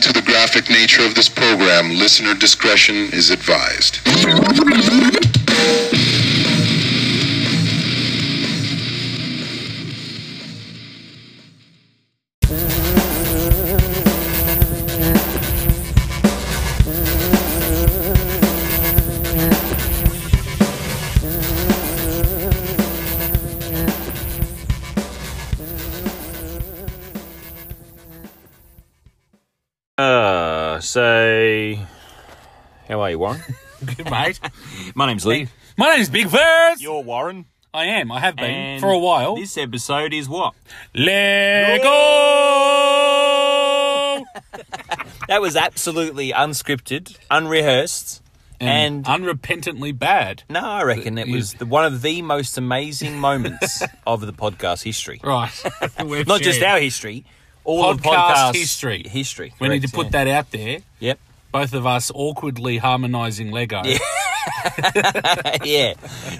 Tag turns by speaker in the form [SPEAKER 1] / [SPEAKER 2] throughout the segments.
[SPEAKER 1] to the graphic nature of this program, listener discretion is advised.
[SPEAKER 2] Uh, so how are you, Warren?
[SPEAKER 3] Good mate.
[SPEAKER 2] My name's Lee.
[SPEAKER 3] My name's Big Verse.
[SPEAKER 2] You're Warren.
[SPEAKER 3] I am. I have been for a while.
[SPEAKER 2] This episode is what?
[SPEAKER 3] Lego
[SPEAKER 2] That was absolutely unscripted, unrehearsed, and,
[SPEAKER 3] unrepentantly bad.
[SPEAKER 2] no, I reckon it was the, one of the most amazing moments of the podcast history.
[SPEAKER 3] Right. We're
[SPEAKER 2] Not just
[SPEAKER 3] sharing.
[SPEAKER 2] our history, all of
[SPEAKER 3] Podcast
[SPEAKER 2] podcast
[SPEAKER 3] history.
[SPEAKER 2] History.
[SPEAKER 3] We need to
[SPEAKER 2] correct,
[SPEAKER 3] put
[SPEAKER 2] yeah.
[SPEAKER 3] that out there.
[SPEAKER 2] Yep.
[SPEAKER 3] Both of us awkwardly harmonising Lego.
[SPEAKER 2] yeah.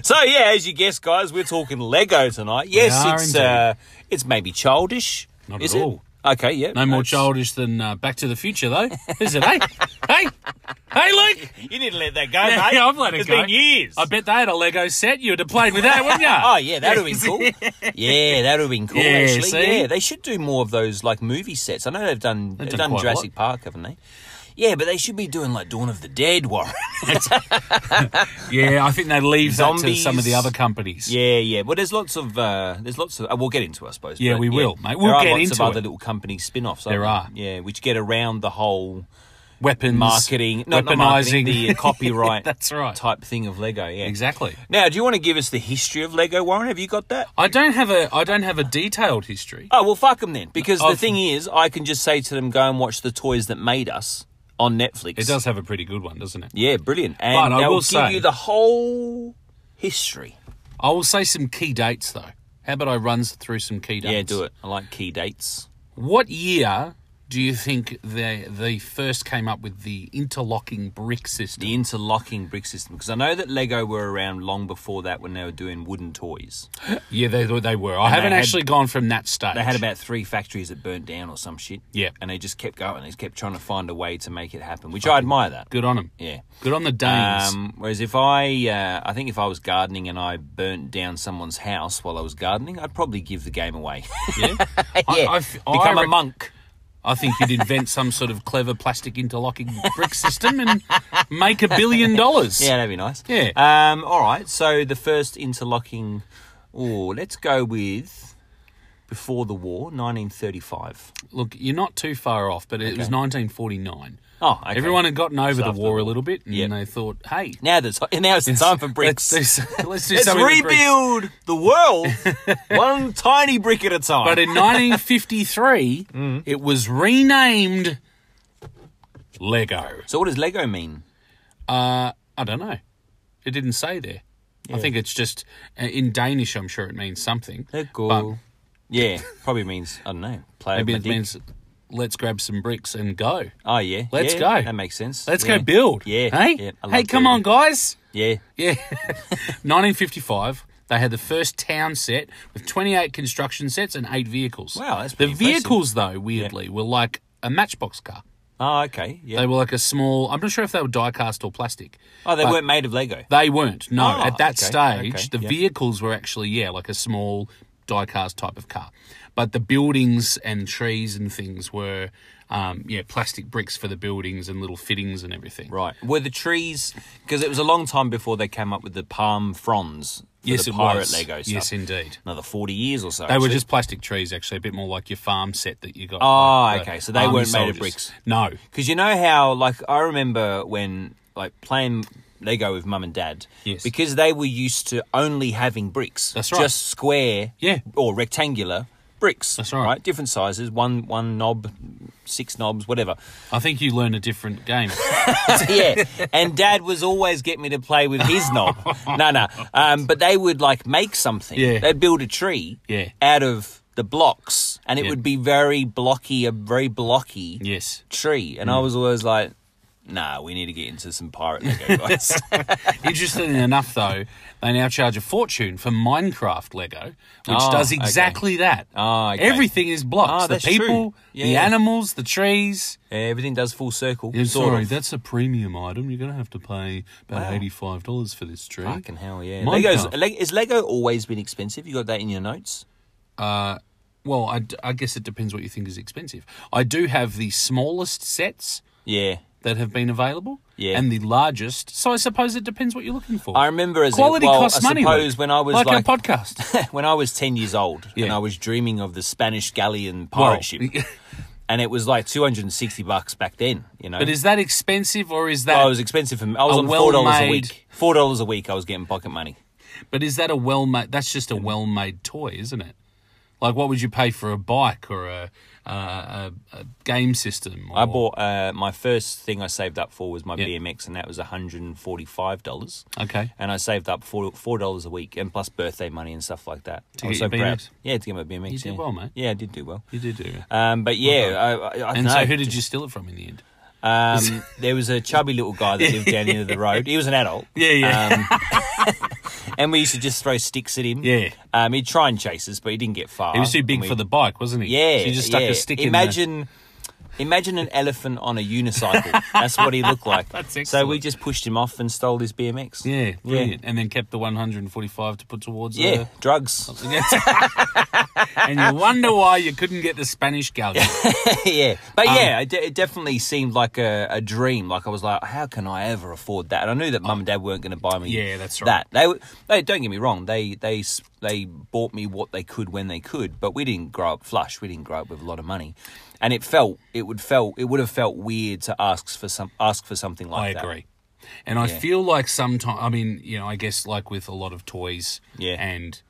[SPEAKER 2] So yeah, as you guessed, guys, we're talking Lego tonight. Yes,
[SPEAKER 3] are
[SPEAKER 2] it's
[SPEAKER 3] indeed.
[SPEAKER 2] uh, it's maybe childish.
[SPEAKER 3] Not at
[SPEAKER 2] is
[SPEAKER 3] all.
[SPEAKER 2] It? Okay, yeah.
[SPEAKER 3] No more
[SPEAKER 2] that's-
[SPEAKER 3] childish than uh, Back to the Future, though. Is it? hey, hey, hey, Luke.
[SPEAKER 2] You need to let that go,
[SPEAKER 3] Yeah,
[SPEAKER 2] mate.
[SPEAKER 3] I've let it
[SPEAKER 2] It's
[SPEAKER 3] go.
[SPEAKER 2] been years.
[SPEAKER 3] I bet they had a Lego set. You'd have played with that, wouldn't you?
[SPEAKER 2] Oh yeah, that would have been cool. Yeah, that would have been cool.
[SPEAKER 3] Yeah,
[SPEAKER 2] actually,
[SPEAKER 3] see?
[SPEAKER 2] yeah, they should do more of those like movie sets. I know they've done they've,
[SPEAKER 3] done
[SPEAKER 2] done,
[SPEAKER 3] quite a
[SPEAKER 2] Jurassic Park, haven't they? Yeah, but they should be doing like Dawn of the Dead, Warren.
[SPEAKER 3] Yeah, I think they leave that to some of the
[SPEAKER 2] Zombies.
[SPEAKER 3] other companies.
[SPEAKER 2] yeah, yeah. Well, there's lots of uh, there's lots of. Uh, we'll get into, it, I suppose.
[SPEAKER 3] Yeah,
[SPEAKER 2] but,
[SPEAKER 3] we will, mate. We'll
[SPEAKER 2] there are
[SPEAKER 3] get
[SPEAKER 2] lots
[SPEAKER 3] into
[SPEAKER 2] of other
[SPEAKER 3] it.
[SPEAKER 2] little company spin-offs.
[SPEAKER 3] There
[SPEAKER 2] aren't
[SPEAKER 3] are.
[SPEAKER 2] Yeah, which get around the whole
[SPEAKER 3] Weapons,
[SPEAKER 2] marketing, not, not marketing,
[SPEAKER 3] weaponizing
[SPEAKER 2] the uh, copyright.
[SPEAKER 3] That's right.
[SPEAKER 2] Type thing of Lego. Yeah,
[SPEAKER 3] Exactly.
[SPEAKER 2] Now, do you want to give us the history of Lego, Warren? Have you got that?
[SPEAKER 3] I don't have a I don't have a detailed history.
[SPEAKER 2] Oh well, fuck them then. Because the
[SPEAKER 3] I've-
[SPEAKER 2] thing is, I can just say to them, go and watch the toys that made us on Netflix.
[SPEAKER 3] It does have a pretty good one, doesn't it?
[SPEAKER 2] Yeah, brilliant.
[SPEAKER 3] But
[SPEAKER 2] And
[SPEAKER 3] I
[SPEAKER 2] they'll
[SPEAKER 3] will
[SPEAKER 2] give
[SPEAKER 3] say-
[SPEAKER 2] you the whole history.
[SPEAKER 3] I will say some key dates though. How about I run through some key dates?
[SPEAKER 2] Yeah, do it. I like key dates.
[SPEAKER 3] What year do you think they they first came up with the interlocking brick system?
[SPEAKER 2] The interlocking brick system, because I know that Lego were around long before that when they were doing wooden toys.
[SPEAKER 3] Yeah, they they were. I haven't
[SPEAKER 2] had-
[SPEAKER 3] actually gone from that stage.
[SPEAKER 2] They had about three factories that burnt down or some shit.
[SPEAKER 3] Yeah.
[SPEAKER 2] and they just kept going. They just kept trying to find a way to make it happen, which I admire that.
[SPEAKER 3] good on them.
[SPEAKER 2] Yeah.
[SPEAKER 3] Good on the Danes.
[SPEAKER 2] Um, whereas if I, uh, I think if I was gardening and I burnt down someone's house while I was gardening, I'd probably give the game away.
[SPEAKER 3] yeah. I, I f- I
[SPEAKER 2] become a
[SPEAKER 3] rec-
[SPEAKER 2] monk.
[SPEAKER 3] I think you'd invent some sort of clever plastic interlocking brick system and make a billion dollars.
[SPEAKER 2] Yeah, that'd be nice.
[SPEAKER 3] Yeah.
[SPEAKER 2] Um, all right. So the first interlocking. Oh, let's go with before the war, 1935.
[SPEAKER 3] Look, you're not too far off, but it was 1949.
[SPEAKER 2] Oh, okay.
[SPEAKER 3] Everyone had gotten over the
[SPEAKER 2] after
[SPEAKER 3] war
[SPEAKER 2] the
[SPEAKER 3] a little bit, and
[SPEAKER 2] Yep.
[SPEAKER 3] they thought, "Hey,
[SPEAKER 2] Now that's now it's time for bricks.
[SPEAKER 3] let's do, s- let's do
[SPEAKER 2] Let's
[SPEAKER 3] something." with bricks."
[SPEAKER 2] rebuild the world one tiny brick at a time.
[SPEAKER 3] But in 1953, it was renamed Lego.
[SPEAKER 2] so what does Lego mean?
[SPEAKER 3] I don't know. It didn't say there. I think it's just uh, in Danish. I'm sure it means something.
[SPEAKER 2] Lego. Yeah, probably means I don't know. Play
[SPEAKER 3] Maybe
[SPEAKER 2] with my
[SPEAKER 3] it
[SPEAKER 2] dick.
[SPEAKER 3] means let's grab some bricks and go.
[SPEAKER 2] Oh yeah,
[SPEAKER 3] Let's
[SPEAKER 2] Yeah,
[SPEAKER 3] go.
[SPEAKER 2] That makes sense.
[SPEAKER 3] Let's
[SPEAKER 2] Yeah.
[SPEAKER 3] go build.
[SPEAKER 2] Yeah,
[SPEAKER 3] Hey,
[SPEAKER 2] yeah, I
[SPEAKER 3] hey,
[SPEAKER 2] like
[SPEAKER 3] come
[SPEAKER 2] building.
[SPEAKER 3] on, guys.
[SPEAKER 2] Yeah,
[SPEAKER 3] Yeah. 1955, they had the first town set with 28 construction sets and eight vehicles.
[SPEAKER 2] Wow, that's
[SPEAKER 3] The
[SPEAKER 2] pretty impressive.
[SPEAKER 3] vehicles, though, weirdly, were like a matchbox car.
[SPEAKER 2] Oh, okay. Yeah.
[SPEAKER 3] They were like a small, I'm not sure if they were die cast or plastic.
[SPEAKER 2] oh, they
[SPEAKER 3] but-
[SPEAKER 2] weren't made of Lego.
[SPEAKER 3] They weren't, no.
[SPEAKER 2] Ah,
[SPEAKER 3] At that
[SPEAKER 2] okay,
[SPEAKER 3] stage,
[SPEAKER 2] okay,
[SPEAKER 3] the
[SPEAKER 2] yeah.
[SPEAKER 3] vehicles were actually, yeah, like a small die cast type of car. But the buildings and trees and things were, um, yeah, plastic bricks for the buildings and little fittings and everything.
[SPEAKER 2] Right. Were the trees because it was a long time before they came up with the palm fronds. For
[SPEAKER 3] Yes,
[SPEAKER 2] the
[SPEAKER 3] it
[SPEAKER 2] pirate
[SPEAKER 3] was.
[SPEAKER 2] Lego stuff.
[SPEAKER 3] Yes, indeed.
[SPEAKER 2] Another forty years or so.
[SPEAKER 3] They were
[SPEAKER 2] actually.
[SPEAKER 3] just plastic trees, actually, a bit more like your farm set that you got.
[SPEAKER 2] Oh,
[SPEAKER 3] like, the
[SPEAKER 2] okay, so they
[SPEAKER 3] army
[SPEAKER 2] weren't made of
[SPEAKER 3] soldiers.
[SPEAKER 2] bricks.
[SPEAKER 3] No.
[SPEAKER 2] Because you know how, like, I remember when, like, playing Lego with mum and dad.
[SPEAKER 3] Yes.
[SPEAKER 2] Because they were used to only having bricks.
[SPEAKER 3] That's right.
[SPEAKER 2] Just square.
[SPEAKER 3] Yeah.
[SPEAKER 2] Or rectangular bricks.
[SPEAKER 3] That's right.
[SPEAKER 2] Different sizes. One one knob, six knobs, whatever.
[SPEAKER 3] I think you learn a different game.
[SPEAKER 2] yeah. And dad was always getting me to play with his knob. No, no. Um, but they would, like, make something.
[SPEAKER 3] Yeah.
[SPEAKER 2] They'd build a tree.
[SPEAKER 3] Yeah.
[SPEAKER 2] Out of the blocks, and it
[SPEAKER 3] Yeah.
[SPEAKER 2] would be very blocky, a very blocky
[SPEAKER 3] yes. Mm.
[SPEAKER 2] tree, and I was always like, Nah, we need to get into some pirate Lego, guys.
[SPEAKER 3] Interestingly enough, though, they now charge a fortune for Minecraft Lego, which
[SPEAKER 2] Oh,
[SPEAKER 3] does
[SPEAKER 2] okay.
[SPEAKER 3] exactly that.
[SPEAKER 2] Oh, okay.
[SPEAKER 3] Everything is blocks.
[SPEAKER 2] Oh,
[SPEAKER 3] the
[SPEAKER 2] that's
[SPEAKER 3] people,
[SPEAKER 2] true. Yeah,
[SPEAKER 3] the
[SPEAKER 2] yeah.
[SPEAKER 3] animals, the trees.
[SPEAKER 2] Everything does full circle.
[SPEAKER 3] Yeah,
[SPEAKER 2] sort
[SPEAKER 3] sorry,
[SPEAKER 2] of.
[SPEAKER 3] that's a premium item. You're going to have to pay about eighty-five dollars for this tree.
[SPEAKER 2] Fucking hell, yeah.
[SPEAKER 3] Minecraft.
[SPEAKER 2] Lego's, Leg- has Lego always been expensive? You got that in your notes?
[SPEAKER 3] Well, I, d- I guess it depends what you think is expensive. I do have the smallest sets
[SPEAKER 2] Yeah.
[SPEAKER 3] that have been available,
[SPEAKER 2] Yeah.
[SPEAKER 3] and the largest. So I suppose it depends what you're looking for.
[SPEAKER 2] I remember as a-
[SPEAKER 3] quality
[SPEAKER 2] well,
[SPEAKER 3] costs
[SPEAKER 2] I
[SPEAKER 3] money.
[SPEAKER 2] suppose
[SPEAKER 3] Luke,
[SPEAKER 2] when I was
[SPEAKER 3] like,
[SPEAKER 2] like
[SPEAKER 3] a podcast,
[SPEAKER 2] when I was 10 years old and
[SPEAKER 3] Yeah.
[SPEAKER 2] I was dreaming of the Spanish galleon pirate
[SPEAKER 3] Well,
[SPEAKER 2] ship. And it was like 260 bucks back then, you know.
[SPEAKER 3] But is that expensive or is that?
[SPEAKER 2] Well, it was expensive for me. I was
[SPEAKER 3] A
[SPEAKER 2] on $4
[SPEAKER 3] well-made-
[SPEAKER 2] a week. $4 a week I was getting pocket money.
[SPEAKER 3] But is that a well made? That's just a well made toy, isn't it? Like, what would you pay for a bike or a uh, a, a game system? Or,
[SPEAKER 2] I bought uh, my first thing I saved up for was my
[SPEAKER 3] Yeah.
[SPEAKER 2] BMX, and that was $145.
[SPEAKER 3] Okay.
[SPEAKER 2] And I saved up four four dollars a week, and plus birthday money and stuff like that.
[SPEAKER 3] To
[SPEAKER 2] I was
[SPEAKER 3] get
[SPEAKER 2] so
[SPEAKER 3] your
[SPEAKER 2] proud.
[SPEAKER 3] BMX?
[SPEAKER 2] Yeah, to get my BMX.
[SPEAKER 3] You did
[SPEAKER 2] yeah.
[SPEAKER 3] well, mate.
[SPEAKER 2] Yeah, I did do well.
[SPEAKER 3] You did do. it.
[SPEAKER 2] Um, but yeah, I, I, I
[SPEAKER 3] and
[SPEAKER 2] know.
[SPEAKER 3] so, who did you steal it from in the end?
[SPEAKER 2] Um, there was a chubby little guy that lived down the end of the road. He was an adult.
[SPEAKER 3] Yeah, yeah.
[SPEAKER 2] Um, and we used to just throw sticks at him.
[SPEAKER 3] Yeah.
[SPEAKER 2] Um, he'd try and chase us, but he didn't get far.
[SPEAKER 3] He was too big
[SPEAKER 2] And we-
[SPEAKER 3] for the bike, wasn't he?
[SPEAKER 2] Yeah.
[SPEAKER 3] So you just stuck
[SPEAKER 2] yeah.
[SPEAKER 3] a stick in.
[SPEAKER 2] Imagine. Imagine an elephant on a unicycle. That's what he looked like.
[SPEAKER 3] That's
[SPEAKER 2] So we
[SPEAKER 3] excellent.
[SPEAKER 2] just pushed him off and stole his BMX.
[SPEAKER 3] The, yeah, brilliant. And then kept the 145 to put towards.
[SPEAKER 2] Yeah,
[SPEAKER 3] uh,
[SPEAKER 2] drugs.
[SPEAKER 3] and you wonder why you couldn't get the Spanish galleon.
[SPEAKER 2] yeah, but
[SPEAKER 3] Um,
[SPEAKER 2] yeah, it, de- it definitely seemed like a, a dream. Like I was like, how can I ever afford that? And I knew that mum and dad weren't going to buy me.
[SPEAKER 3] Yeah, that's right.
[SPEAKER 2] That they, were- they don't get me wrong. They they s- they bought me what they could when they could, but we didn't grow up flush. We didn't grow up with a lot of money, and it felt it would felt it would have felt weird to ask for some ask for something
[SPEAKER 3] I
[SPEAKER 2] like that.
[SPEAKER 3] agree. And I feel like sometimes, I mean, you know, I guess like with a lot of toys
[SPEAKER 2] Yeah.
[SPEAKER 3] and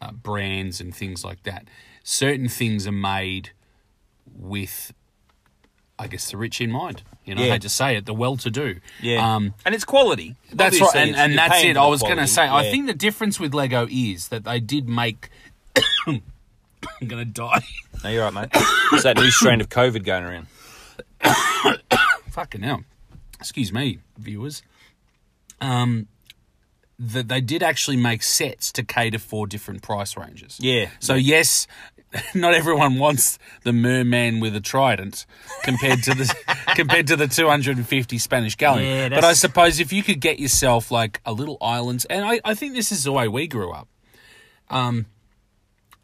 [SPEAKER 3] uh, brands and things like that, certain things are made with, I guess, the rich in mind. You know, I
[SPEAKER 2] Yeah.
[SPEAKER 3] hate to say it, the well to do.
[SPEAKER 2] Yeah,
[SPEAKER 3] Um,
[SPEAKER 2] and it's quality.
[SPEAKER 3] that's right.
[SPEAKER 2] Obviously,
[SPEAKER 3] And,
[SPEAKER 2] it's-
[SPEAKER 3] and
[SPEAKER 2] you're
[SPEAKER 3] that's
[SPEAKER 2] paying
[SPEAKER 3] it.
[SPEAKER 2] for
[SPEAKER 3] I
[SPEAKER 2] the
[SPEAKER 3] was going to
[SPEAKER 2] quality.
[SPEAKER 3] say, I
[SPEAKER 2] Yeah.
[SPEAKER 3] think the difference with Lego is that they did make. I'm going to die.
[SPEAKER 2] No, you're right, mate. It's that new strain of COVID going around.
[SPEAKER 3] fucking hell. Excuse me, viewers. Um, that they did actually make sets to cater for different price ranges.
[SPEAKER 2] Yeah.
[SPEAKER 3] So yes, not everyone wants the merman with a trident compared to the compared to the 250 Spanish galleon.
[SPEAKER 2] Yeah,
[SPEAKER 3] but I
[SPEAKER 2] that's-
[SPEAKER 3] suppose if you could get yourself like a little island, and I, I think this is the way we grew up. Um,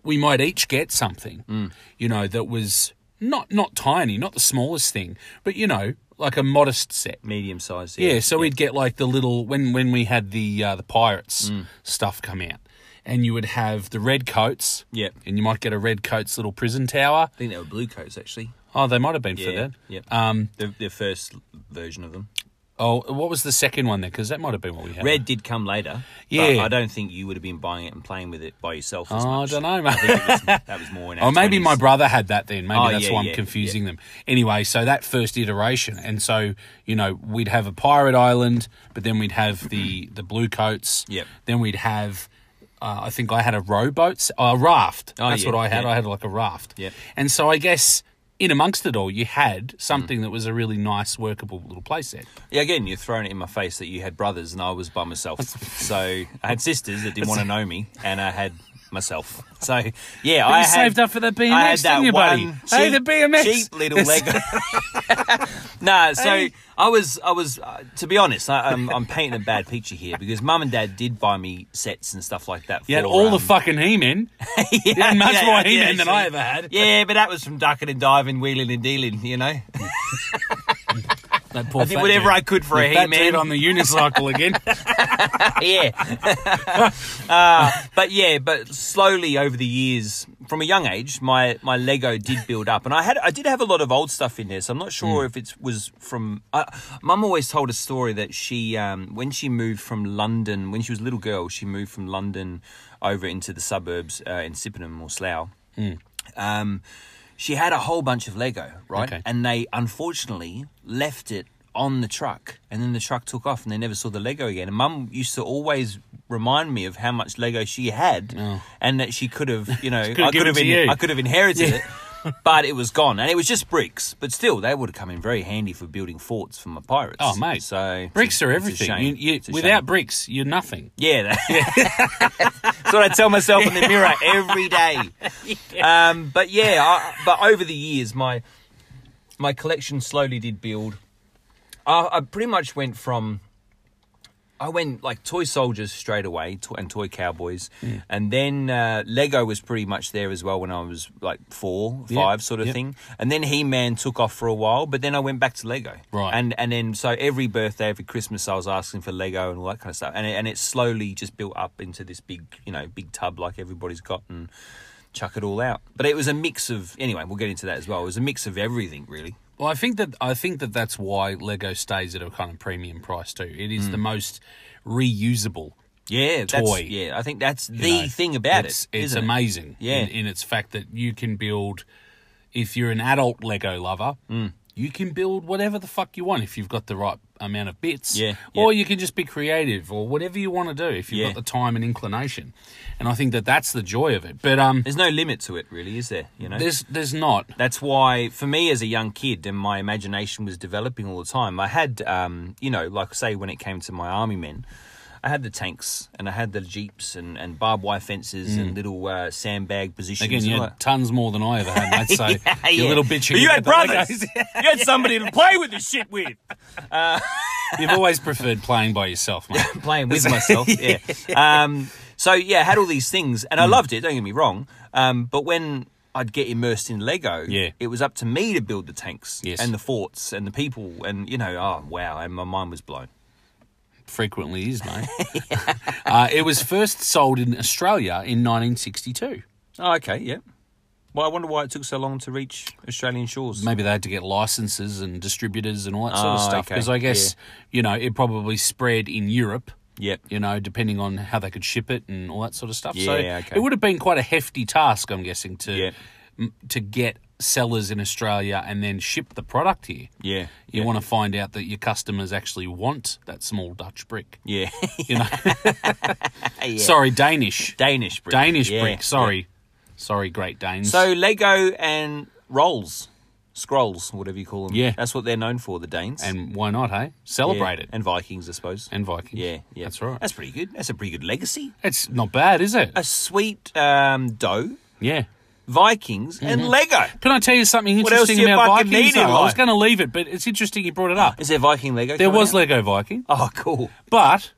[SPEAKER 3] we might each get something, you know, that was not not tiny, not the smallest thing, but you know, like a modest set.
[SPEAKER 2] Medium size.
[SPEAKER 3] Yeah, so we'd get like the little when when we had the uh, the pirates stuff come out, and you would have the red coats.
[SPEAKER 2] Yep.
[SPEAKER 3] and you might get a red coats little prison tower.
[SPEAKER 2] I think they were blue coats actually.
[SPEAKER 3] Oh, they might have been for
[SPEAKER 2] Yeah,
[SPEAKER 3] that.
[SPEAKER 2] yeah.
[SPEAKER 3] Um.
[SPEAKER 2] The, the first version of them.
[SPEAKER 3] Oh, what was the second one then? Because that might have been what we had.
[SPEAKER 2] Red did come later. but
[SPEAKER 3] Yeah.
[SPEAKER 2] I don't think you would have been buying it and playing with it by yourself. As
[SPEAKER 3] Oh, I
[SPEAKER 2] much.
[SPEAKER 3] don't know, mate.
[SPEAKER 2] That was- that was more. In our
[SPEAKER 3] Oh, maybe my
[SPEAKER 2] 20s.
[SPEAKER 3] brother had that then. Maybe
[SPEAKER 2] Oh,
[SPEAKER 3] that's
[SPEAKER 2] yeah,
[SPEAKER 3] why I'm
[SPEAKER 2] yeah,
[SPEAKER 3] confusing them. Anyway, so that first iteration, and so you know we'd have a pirate island, but then we'd have the the blue coats.
[SPEAKER 2] Yep.
[SPEAKER 3] Then we'd have. Uh, I think I had a rowboat, s- a raft.
[SPEAKER 2] Oh,
[SPEAKER 3] That's
[SPEAKER 2] yeah,
[SPEAKER 3] what I had.
[SPEAKER 2] yeah.
[SPEAKER 3] I had like a raft.
[SPEAKER 2] Yep. Hmm.
[SPEAKER 3] And so I guess in amongst it all, you had something that was a really nice, workable little playset.
[SPEAKER 2] Yeah, again, you're throwing it in my face that you had brothers and I was by myself. so I had sisters that didn't want to know me, and I had myself. So yeah, I
[SPEAKER 3] you
[SPEAKER 2] had,
[SPEAKER 3] saved up for that BMX,
[SPEAKER 2] I had that
[SPEAKER 3] didn't you, buddy?
[SPEAKER 2] one
[SPEAKER 3] Hey, the
[SPEAKER 2] cheap-
[SPEAKER 3] BMX.
[SPEAKER 2] cheap little Lego. nah, so
[SPEAKER 3] Hey.
[SPEAKER 2] I was, I was, uh, to be honest, I, I'm, I'm painting a bad picture here because mum and dad did buy me sets and stuff like that.
[SPEAKER 3] You had
[SPEAKER 2] for,
[SPEAKER 3] all the
[SPEAKER 2] um,
[SPEAKER 3] fucking He-Man. You had much
[SPEAKER 2] yeah,
[SPEAKER 3] more
[SPEAKER 2] yeah,
[SPEAKER 3] He-Man than I
[SPEAKER 2] actually.
[SPEAKER 3] ever had.
[SPEAKER 2] Yeah, but that was from ducking and diving, wheeling and dealing, you know?
[SPEAKER 3] That poor
[SPEAKER 2] I did
[SPEAKER 3] fat
[SPEAKER 2] whatever
[SPEAKER 3] dude.
[SPEAKER 2] I could for a
[SPEAKER 3] That
[SPEAKER 2] He-Man.
[SPEAKER 3] dude on the unicycle again.
[SPEAKER 2] yeah. uh, but yeah, but slowly over the years, from a young age, my, my Lego did build up, and I had I did have a lot of old stuff in there. So I'm not sure if it was from. Uh, Mum always told a story that she um, when she moved from London when she was a little girl, she moved from London over into the suburbs uh, in Sippenham or Slough. Um, she had a whole bunch of Lego, right?
[SPEAKER 3] Okay.
[SPEAKER 2] And they unfortunately left it on the truck, and then the truck took off, and they never saw the Lego again. And Mum used to always remind me of how much Lego she had, and that she could have, you know,
[SPEAKER 3] could have
[SPEAKER 2] I could
[SPEAKER 3] Oh. given
[SPEAKER 2] have,
[SPEAKER 3] it to you.
[SPEAKER 2] I could have inherited it. but it was gone, and it was just bricks. But still, they would have come in very handy for building forts for my pirates.
[SPEAKER 3] Oh, mate.
[SPEAKER 2] So
[SPEAKER 3] bricks are
[SPEAKER 2] it's a
[SPEAKER 3] everything.
[SPEAKER 2] shame.
[SPEAKER 3] You, you,
[SPEAKER 2] It's a
[SPEAKER 3] without
[SPEAKER 2] shame.
[SPEAKER 3] bricks, you're nothing.
[SPEAKER 2] Yeah, that, that's what I tell myself in the mirror every day. Um, but yeah, I, but over the years, my my collection slowly did build. I, I pretty much went from I went like toy soldiers straight away to, and toy cowboys, and then uh, Lego was pretty much there as well when I was like four, five,
[SPEAKER 3] Yeah,
[SPEAKER 2] sort of
[SPEAKER 3] yeah.
[SPEAKER 2] thing. And then He Man took off for a while, but then I went back to Lego.
[SPEAKER 3] Right.
[SPEAKER 2] And and then so every birthday, every Christmas, I was asking for Lego and all that kind of stuff, and it, and it slowly just built up into this big, you know, big tub like everybody's got and chuck it all out. But it was a mix of anyway. We'll get into that as well. It was a mix of everything, really.
[SPEAKER 3] Well, I think that I think that that's why Lego stays at a kind of premium price too. It
[SPEAKER 2] Hmm.
[SPEAKER 3] is the most reusable.
[SPEAKER 2] Yeah, that's,
[SPEAKER 3] Toy.
[SPEAKER 2] Yeah, I think that's the
[SPEAKER 3] you know.
[SPEAKER 2] thing about
[SPEAKER 3] it's,
[SPEAKER 2] it.
[SPEAKER 3] It's
[SPEAKER 2] isn't it?
[SPEAKER 3] amazing.
[SPEAKER 2] Yeah.
[SPEAKER 3] In, in its fact that you can build, if you're an adult Lego lover,
[SPEAKER 2] Mm.
[SPEAKER 3] you can build whatever the fuck you want if you've got the right amount of bits.
[SPEAKER 2] Yeah,
[SPEAKER 3] Or you can just be creative or whatever you want to do if you've
[SPEAKER 2] Yeah.
[SPEAKER 3] got the time and inclination. And I think that that's the joy of it. But um,
[SPEAKER 2] There's no limit to it, really, is there? You know,
[SPEAKER 3] there's there's not.
[SPEAKER 2] that's why for me as a young kid, and my imagination was developing all the time. I had, um, you know, like I say, when it came to my army men, I had the tanks and I had the jeeps and, and barbed wire fences and little uh, sandbag positions.
[SPEAKER 3] Again, you
[SPEAKER 2] and all
[SPEAKER 3] had
[SPEAKER 2] that.
[SPEAKER 3] tons more than I ever had, mate. So you're
[SPEAKER 2] Yeah.
[SPEAKER 3] a little bitchy.
[SPEAKER 2] But you had
[SPEAKER 3] about the
[SPEAKER 2] brothers.
[SPEAKER 3] Legos.
[SPEAKER 2] you had somebody to play with this shit with.
[SPEAKER 3] You've always preferred playing by yourself, mate.
[SPEAKER 2] playing with myself. Yeah. Hmm. Um, so yeah, I had all these things, and I loved it. Don't get me wrong. Um, but when I'd get immersed in Lego,
[SPEAKER 3] Yeah.
[SPEAKER 2] it was up to me to build the tanks
[SPEAKER 3] Yes.
[SPEAKER 2] and the forts and the people, and you know, oh wow, and my mind was blown.
[SPEAKER 3] Frequently is, mate. uh, it was first sold in Australia in 1962.
[SPEAKER 2] Oh, okay, yeah. Well, I wonder why it took so long to reach Australian shores.
[SPEAKER 3] Maybe they had to get licenses and distributors and all that sort of
[SPEAKER 2] Oh,
[SPEAKER 3] stuff.
[SPEAKER 2] okay.
[SPEAKER 3] Because I guess, you know, it probably spread in Europe,
[SPEAKER 2] Yep.
[SPEAKER 3] you know, depending on how they could ship it and all that sort of stuff. so
[SPEAKER 2] Yeah, okay.
[SPEAKER 3] it would have been quite a hefty task, I'm guessing, to,
[SPEAKER 2] Yeah.
[SPEAKER 3] m- to get sellers in Australia and then ship the product here.
[SPEAKER 2] Yeah.
[SPEAKER 3] You want to find out that your customers actually want that small Dutch brick.
[SPEAKER 2] Yeah.
[SPEAKER 3] You know,
[SPEAKER 2] yeah.
[SPEAKER 3] sorry, Danish,
[SPEAKER 2] Danish brick.
[SPEAKER 3] Danish
[SPEAKER 2] Yeah,
[SPEAKER 3] brick. Sorry, sorry, Great Danes.
[SPEAKER 2] So Lego and rolls, scrolls, whatever you call them.
[SPEAKER 3] Yeah.
[SPEAKER 2] That's what they're known for, the Danes.
[SPEAKER 3] and why not? Hey,
[SPEAKER 2] Yeah.
[SPEAKER 3] celebrate it and,
[SPEAKER 2] And Vikings, I suppose.
[SPEAKER 3] Vikings.
[SPEAKER 2] Yeah, yeah,
[SPEAKER 3] that's right.
[SPEAKER 2] That's pretty good. That's a pretty good legacy.
[SPEAKER 3] it's not bad, is it?
[SPEAKER 2] A sweet um, dough,
[SPEAKER 3] Yeah.
[SPEAKER 2] Vikings, and
[SPEAKER 3] Mm-hmm.
[SPEAKER 2] Lego.
[SPEAKER 3] Can I tell you something
[SPEAKER 2] What else
[SPEAKER 3] interesting
[SPEAKER 2] do you
[SPEAKER 3] about
[SPEAKER 2] fucking
[SPEAKER 3] Vikings?
[SPEAKER 2] need in
[SPEAKER 3] though? I was
[SPEAKER 2] life?
[SPEAKER 3] going to leave it, but it's interesting you brought it up.
[SPEAKER 2] Is there Viking Lego?
[SPEAKER 3] There
[SPEAKER 2] coming
[SPEAKER 3] was
[SPEAKER 2] out?
[SPEAKER 3] Lego Viking,
[SPEAKER 2] Oh, cool.
[SPEAKER 3] but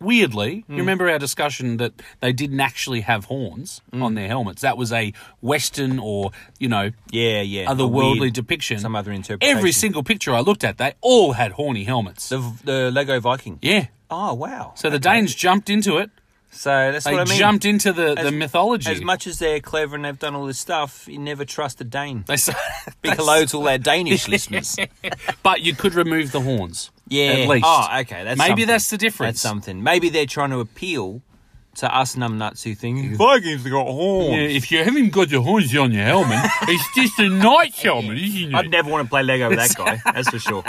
[SPEAKER 3] weirdly,
[SPEAKER 2] Hmm.
[SPEAKER 3] you remember our discussion that they didn't actually have horns
[SPEAKER 2] Hmm.
[SPEAKER 3] on their helmets. That was a Western or you know
[SPEAKER 2] Yeah, yeah. a
[SPEAKER 3] otherworldly
[SPEAKER 2] weird-
[SPEAKER 3] depiction.
[SPEAKER 2] Some other interpretation.
[SPEAKER 3] Every single picture I looked at, they all had horny helmets.
[SPEAKER 2] the, the Lego Viking.
[SPEAKER 3] yeah.
[SPEAKER 2] Oh wow.
[SPEAKER 3] So the
[SPEAKER 2] Okay.
[SPEAKER 3] Danes jumped into it.
[SPEAKER 2] So that's
[SPEAKER 3] They
[SPEAKER 2] what I mean.
[SPEAKER 3] jumped into the, the
[SPEAKER 2] As-
[SPEAKER 3] mythology.
[SPEAKER 2] As much as they're clever and they've done all this stuff, you never trust a Dane.
[SPEAKER 3] they s-
[SPEAKER 2] Big hello to all our Danish listeners.
[SPEAKER 3] but you could remove the horns.
[SPEAKER 2] Yeah.
[SPEAKER 3] At least.
[SPEAKER 2] Oh, okay. That's
[SPEAKER 3] Maybe
[SPEAKER 2] something.
[SPEAKER 3] that's the difference.
[SPEAKER 2] That's something. Maybe they're trying to appeal to us numbnuts who think Vikings have got horns.
[SPEAKER 3] Yeah, if you haven't got your horns on your helmet, it's just a knight's helmet, isn't
[SPEAKER 2] I'd
[SPEAKER 3] it?
[SPEAKER 2] never want to play Lego with that guy. That's for sure.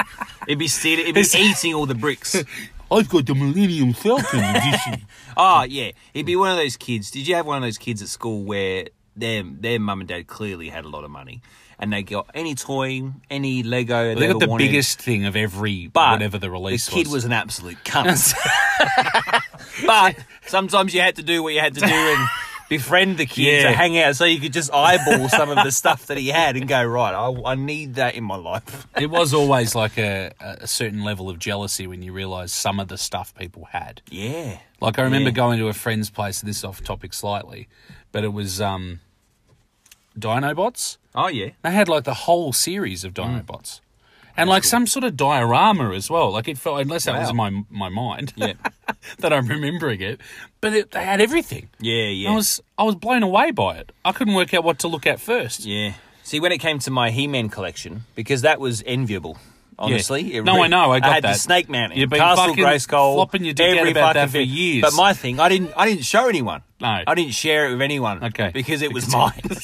[SPEAKER 2] It'd be steal- it'd be eating all the bricks.
[SPEAKER 3] I've got the Millennium Falcon edition.
[SPEAKER 2] Oh yeah, he'd be one of those kids. Did you have one of those kids at school where their their mum and dad clearly had a lot of money, and they got any toy, any Lego
[SPEAKER 3] they
[SPEAKER 2] ever
[SPEAKER 3] got the
[SPEAKER 2] wanted,
[SPEAKER 3] biggest thing of every
[SPEAKER 2] But
[SPEAKER 3] whatever the release
[SPEAKER 2] the kid was. an absolute cunt. but sometimes you had to do what you had to do and befriend the kid
[SPEAKER 3] Yeah.
[SPEAKER 2] to hang out, so you could just eyeball some of the stuff that he had and go right. I, I need that in my life.
[SPEAKER 3] It was always like a, a certain level of jealousy when you realise some of the stuff people had.
[SPEAKER 2] Yeah.
[SPEAKER 3] Like I remember
[SPEAKER 2] Yeah.
[SPEAKER 3] going to a friend's place. This is off topic slightly, but it was um, Dinobots.
[SPEAKER 2] Oh yeah.
[SPEAKER 3] They had like the whole series of
[SPEAKER 2] Mm.
[SPEAKER 3] Dinobots, and like some sort of diorama as well. Like it felt, unless that was in
[SPEAKER 2] Wow.
[SPEAKER 3] my my mind,
[SPEAKER 2] Yeah.
[SPEAKER 3] that I'm remembering it. But it, they had everything.
[SPEAKER 2] Yeah, yeah.
[SPEAKER 3] I was I was blown away by it. I couldn't work out what to look at first.
[SPEAKER 2] yeah. See, when it came to my He-Man collection, because that was enviable. Honestly, It
[SPEAKER 3] No, I know, I got
[SPEAKER 2] had the
[SPEAKER 3] that.
[SPEAKER 2] Snake Mountain,
[SPEAKER 3] You've been
[SPEAKER 2] Castle
[SPEAKER 3] fucking
[SPEAKER 2] Grayskull,
[SPEAKER 3] flopping your dick out
[SPEAKER 2] every
[SPEAKER 3] about that
[SPEAKER 2] fucking
[SPEAKER 3] for
[SPEAKER 2] thing.
[SPEAKER 3] years.
[SPEAKER 2] But my thing, I didn't, I didn't show anyone.
[SPEAKER 3] No.
[SPEAKER 2] I didn't share it with anyone.
[SPEAKER 3] Okay.
[SPEAKER 2] because it was mine.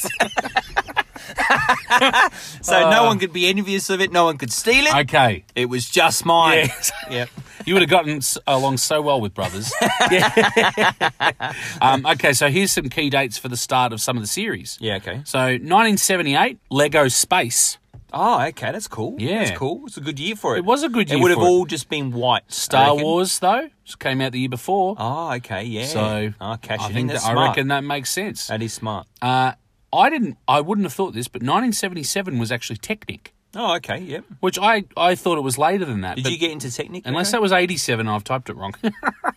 [SPEAKER 2] So no
[SPEAKER 3] Uh.
[SPEAKER 2] one could be envious of it. No one could steal it.
[SPEAKER 3] Okay.
[SPEAKER 2] It was just mine.
[SPEAKER 3] Yes.
[SPEAKER 2] Yep.
[SPEAKER 3] You would have gotten s- along so well with brothers. um, okay, so here's some key dates for the start of some of the series.
[SPEAKER 2] Yeah. Okay.
[SPEAKER 3] So 1978, Lego Space
[SPEAKER 2] Oh, okay. That's cool.
[SPEAKER 3] Yeah.
[SPEAKER 2] That's cool. It's a good year for it.
[SPEAKER 3] It was a good year
[SPEAKER 2] It would have
[SPEAKER 3] for it.
[SPEAKER 2] all just been white. I
[SPEAKER 3] Star
[SPEAKER 2] reckon.
[SPEAKER 3] Wars, though, just came out the year before.
[SPEAKER 2] Oh, okay. Yeah.
[SPEAKER 3] So
[SPEAKER 2] oh, cash
[SPEAKER 3] I
[SPEAKER 2] it in.
[SPEAKER 3] think
[SPEAKER 2] That's
[SPEAKER 3] that, I
[SPEAKER 2] smart.
[SPEAKER 3] reckon that makes sense.
[SPEAKER 2] that is smart.
[SPEAKER 3] Uh, I didn't. I wouldn't have thought this, but 1977 was actually Technic,
[SPEAKER 2] Oh, okay. Yep.
[SPEAKER 3] which I I thought it was later than that.
[SPEAKER 2] Did
[SPEAKER 3] but
[SPEAKER 2] you get into Technic?
[SPEAKER 3] Unless
[SPEAKER 2] Rico?
[SPEAKER 3] that was 87, I've typed it wrong. uh,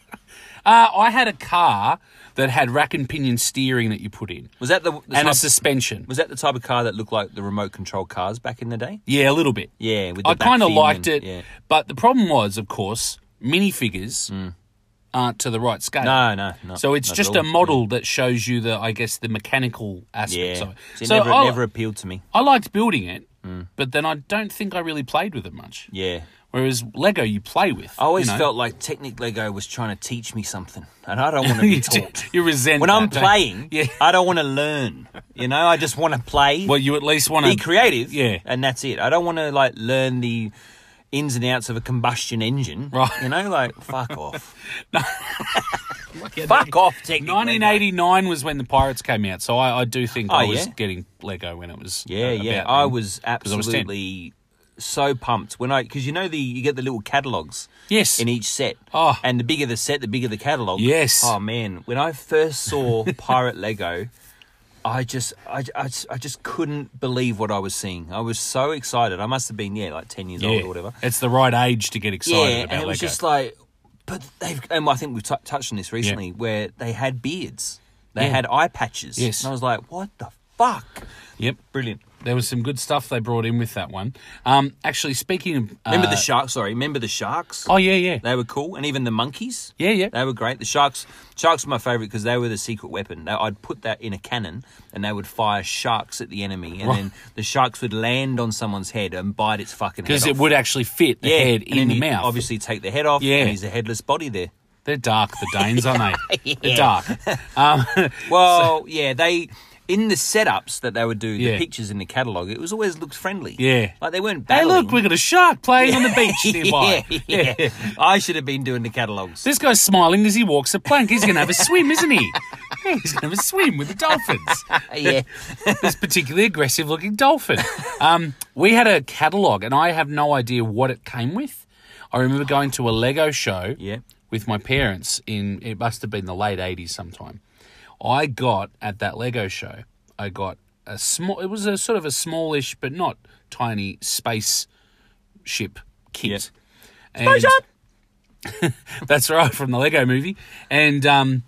[SPEAKER 3] I had a car that had rack and pinion steering that you put in
[SPEAKER 2] was that the, the
[SPEAKER 3] and a
[SPEAKER 2] type,
[SPEAKER 3] suspension.
[SPEAKER 2] was that the type of car that looked like the remote control cars back in the day?
[SPEAKER 3] Yeah, a little bit.
[SPEAKER 2] Yeah. With the
[SPEAKER 3] I
[SPEAKER 2] back
[SPEAKER 3] kind of
[SPEAKER 2] fin
[SPEAKER 3] liked
[SPEAKER 2] and-
[SPEAKER 3] it,
[SPEAKER 2] Yeah.
[SPEAKER 3] but the problem was, of course, minifigures aren't to the right scale.
[SPEAKER 2] Mm. No, no, no.
[SPEAKER 3] So it's
[SPEAKER 2] not at
[SPEAKER 3] just
[SPEAKER 2] all. Mm.
[SPEAKER 3] a model that shows you the, I guess, the mechanical
[SPEAKER 2] Yeah.
[SPEAKER 3] aspects of it.
[SPEAKER 2] So it
[SPEAKER 3] So oh.
[SPEAKER 2] never,
[SPEAKER 3] I,
[SPEAKER 2] never appealed to me.
[SPEAKER 3] I liked building it, but then I don't think I really played with it much.
[SPEAKER 2] Yeah.
[SPEAKER 3] Whereas Lego, you play with.
[SPEAKER 2] I always
[SPEAKER 3] you know.
[SPEAKER 2] felt like Technic Lego was trying to teach me something, and I don't want to be
[SPEAKER 3] you, do-
[SPEAKER 2] taught.
[SPEAKER 3] you resent
[SPEAKER 2] When
[SPEAKER 3] that,
[SPEAKER 2] I'm
[SPEAKER 3] don't you?
[SPEAKER 2] playing,
[SPEAKER 3] Yeah.
[SPEAKER 2] I don't want to learn. You know, I just want to play,
[SPEAKER 3] Well, you at least want
[SPEAKER 2] be
[SPEAKER 3] to
[SPEAKER 2] creative,
[SPEAKER 3] yeah.
[SPEAKER 2] and that's it. I don't want to like learn the ins and outs of a combustion engine.
[SPEAKER 3] Right.
[SPEAKER 2] You know, like fuck off. fuck off, Technic. Lego.
[SPEAKER 3] 1989 was when the Pirates came out, so I, I do think
[SPEAKER 2] Oh,
[SPEAKER 3] I was
[SPEAKER 2] yeah?
[SPEAKER 3] getting Lego when it was. uh,
[SPEAKER 2] Yeah, yeah.
[SPEAKER 3] about
[SPEAKER 2] I
[SPEAKER 3] then.
[SPEAKER 2] was
[SPEAKER 3] 'Cause I was 10.
[SPEAKER 2] absolutely so pumped when I because you know the you get the little catalogs.
[SPEAKER 3] Yes.
[SPEAKER 2] In each set.
[SPEAKER 3] Oh.
[SPEAKER 2] And the bigger the set, the bigger the catalog.
[SPEAKER 3] Yes.
[SPEAKER 2] Oh man, when I first saw Pirate Lego, I just I, I just- I just couldn't believe what I was seeing. I was so excited. I must have been yeah like ten years old
[SPEAKER 3] Yeah.
[SPEAKER 2] or whatever.
[SPEAKER 3] It's the right age to get excited
[SPEAKER 2] yeah,
[SPEAKER 3] about
[SPEAKER 2] and it
[SPEAKER 3] Lego.
[SPEAKER 2] was just like, but they've and I think we've t- touched on this recently where they had beards, they
[SPEAKER 3] Yeah.
[SPEAKER 2] had eye patches.
[SPEAKER 3] Yes.
[SPEAKER 2] And I was like, what the fuck?
[SPEAKER 3] yep,
[SPEAKER 2] Brilliant.
[SPEAKER 3] there was some good stuff they brought in with that one. Um, actually, speaking of, uh,
[SPEAKER 2] Remember the sharks? Sorry, remember the sharks?
[SPEAKER 3] Oh yeah, yeah,
[SPEAKER 2] They were cool, and even the monkeys.
[SPEAKER 3] Yeah, yeah.
[SPEAKER 2] They were great. The sharks, sharks were my favorite because they were the secret weapon. They, I'd put that in a cannon, and they would fire sharks at the enemy, and then the sharks would land on someone's head and bite its fucking head
[SPEAKER 3] because it
[SPEAKER 2] off.
[SPEAKER 3] would actually fit the
[SPEAKER 2] yeah,
[SPEAKER 3] head
[SPEAKER 2] and then
[SPEAKER 3] in the
[SPEAKER 2] you
[SPEAKER 3] mouth.
[SPEAKER 2] Obviously, take the head off.
[SPEAKER 3] Yeah.
[SPEAKER 2] and he's a headless body there.
[SPEAKER 3] they're dark, the Danes, aren't they? They're dark.
[SPEAKER 2] Well, yeah, they in the setups that they would do, the
[SPEAKER 3] Yeah.
[SPEAKER 2] pictures in the catalog, it was always looked friendly.
[SPEAKER 3] Yeah.
[SPEAKER 2] like they weren't.
[SPEAKER 3] hey,
[SPEAKER 2] Battling.
[SPEAKER 3] look, we got a shark playing on the beach nearby.
[SPEAKER 2] yeah, yeah. I should have been doing the catalogs.
[SPEAKER 3] This guy's smiling as he walks a plank. He's going to have a swim, isn't he? Yeah, He's going to have a swim with the dolphins.
[SPEAKER 2] yeah.
[SPEAKER 3] this particularly aggressive looking dolphin. Um, we had a catalogue, and I have no idea what it came with. I remember going to a Lego show
[SPEAKER 2] Yeah.
[SPEAKER 3] with my parents in, it must have been the late 80s sometime. I got at that Lego show, I got a small, it was a sort of a smallish but not tiny space ship kit. And- that's right, from the Lego movie. And um,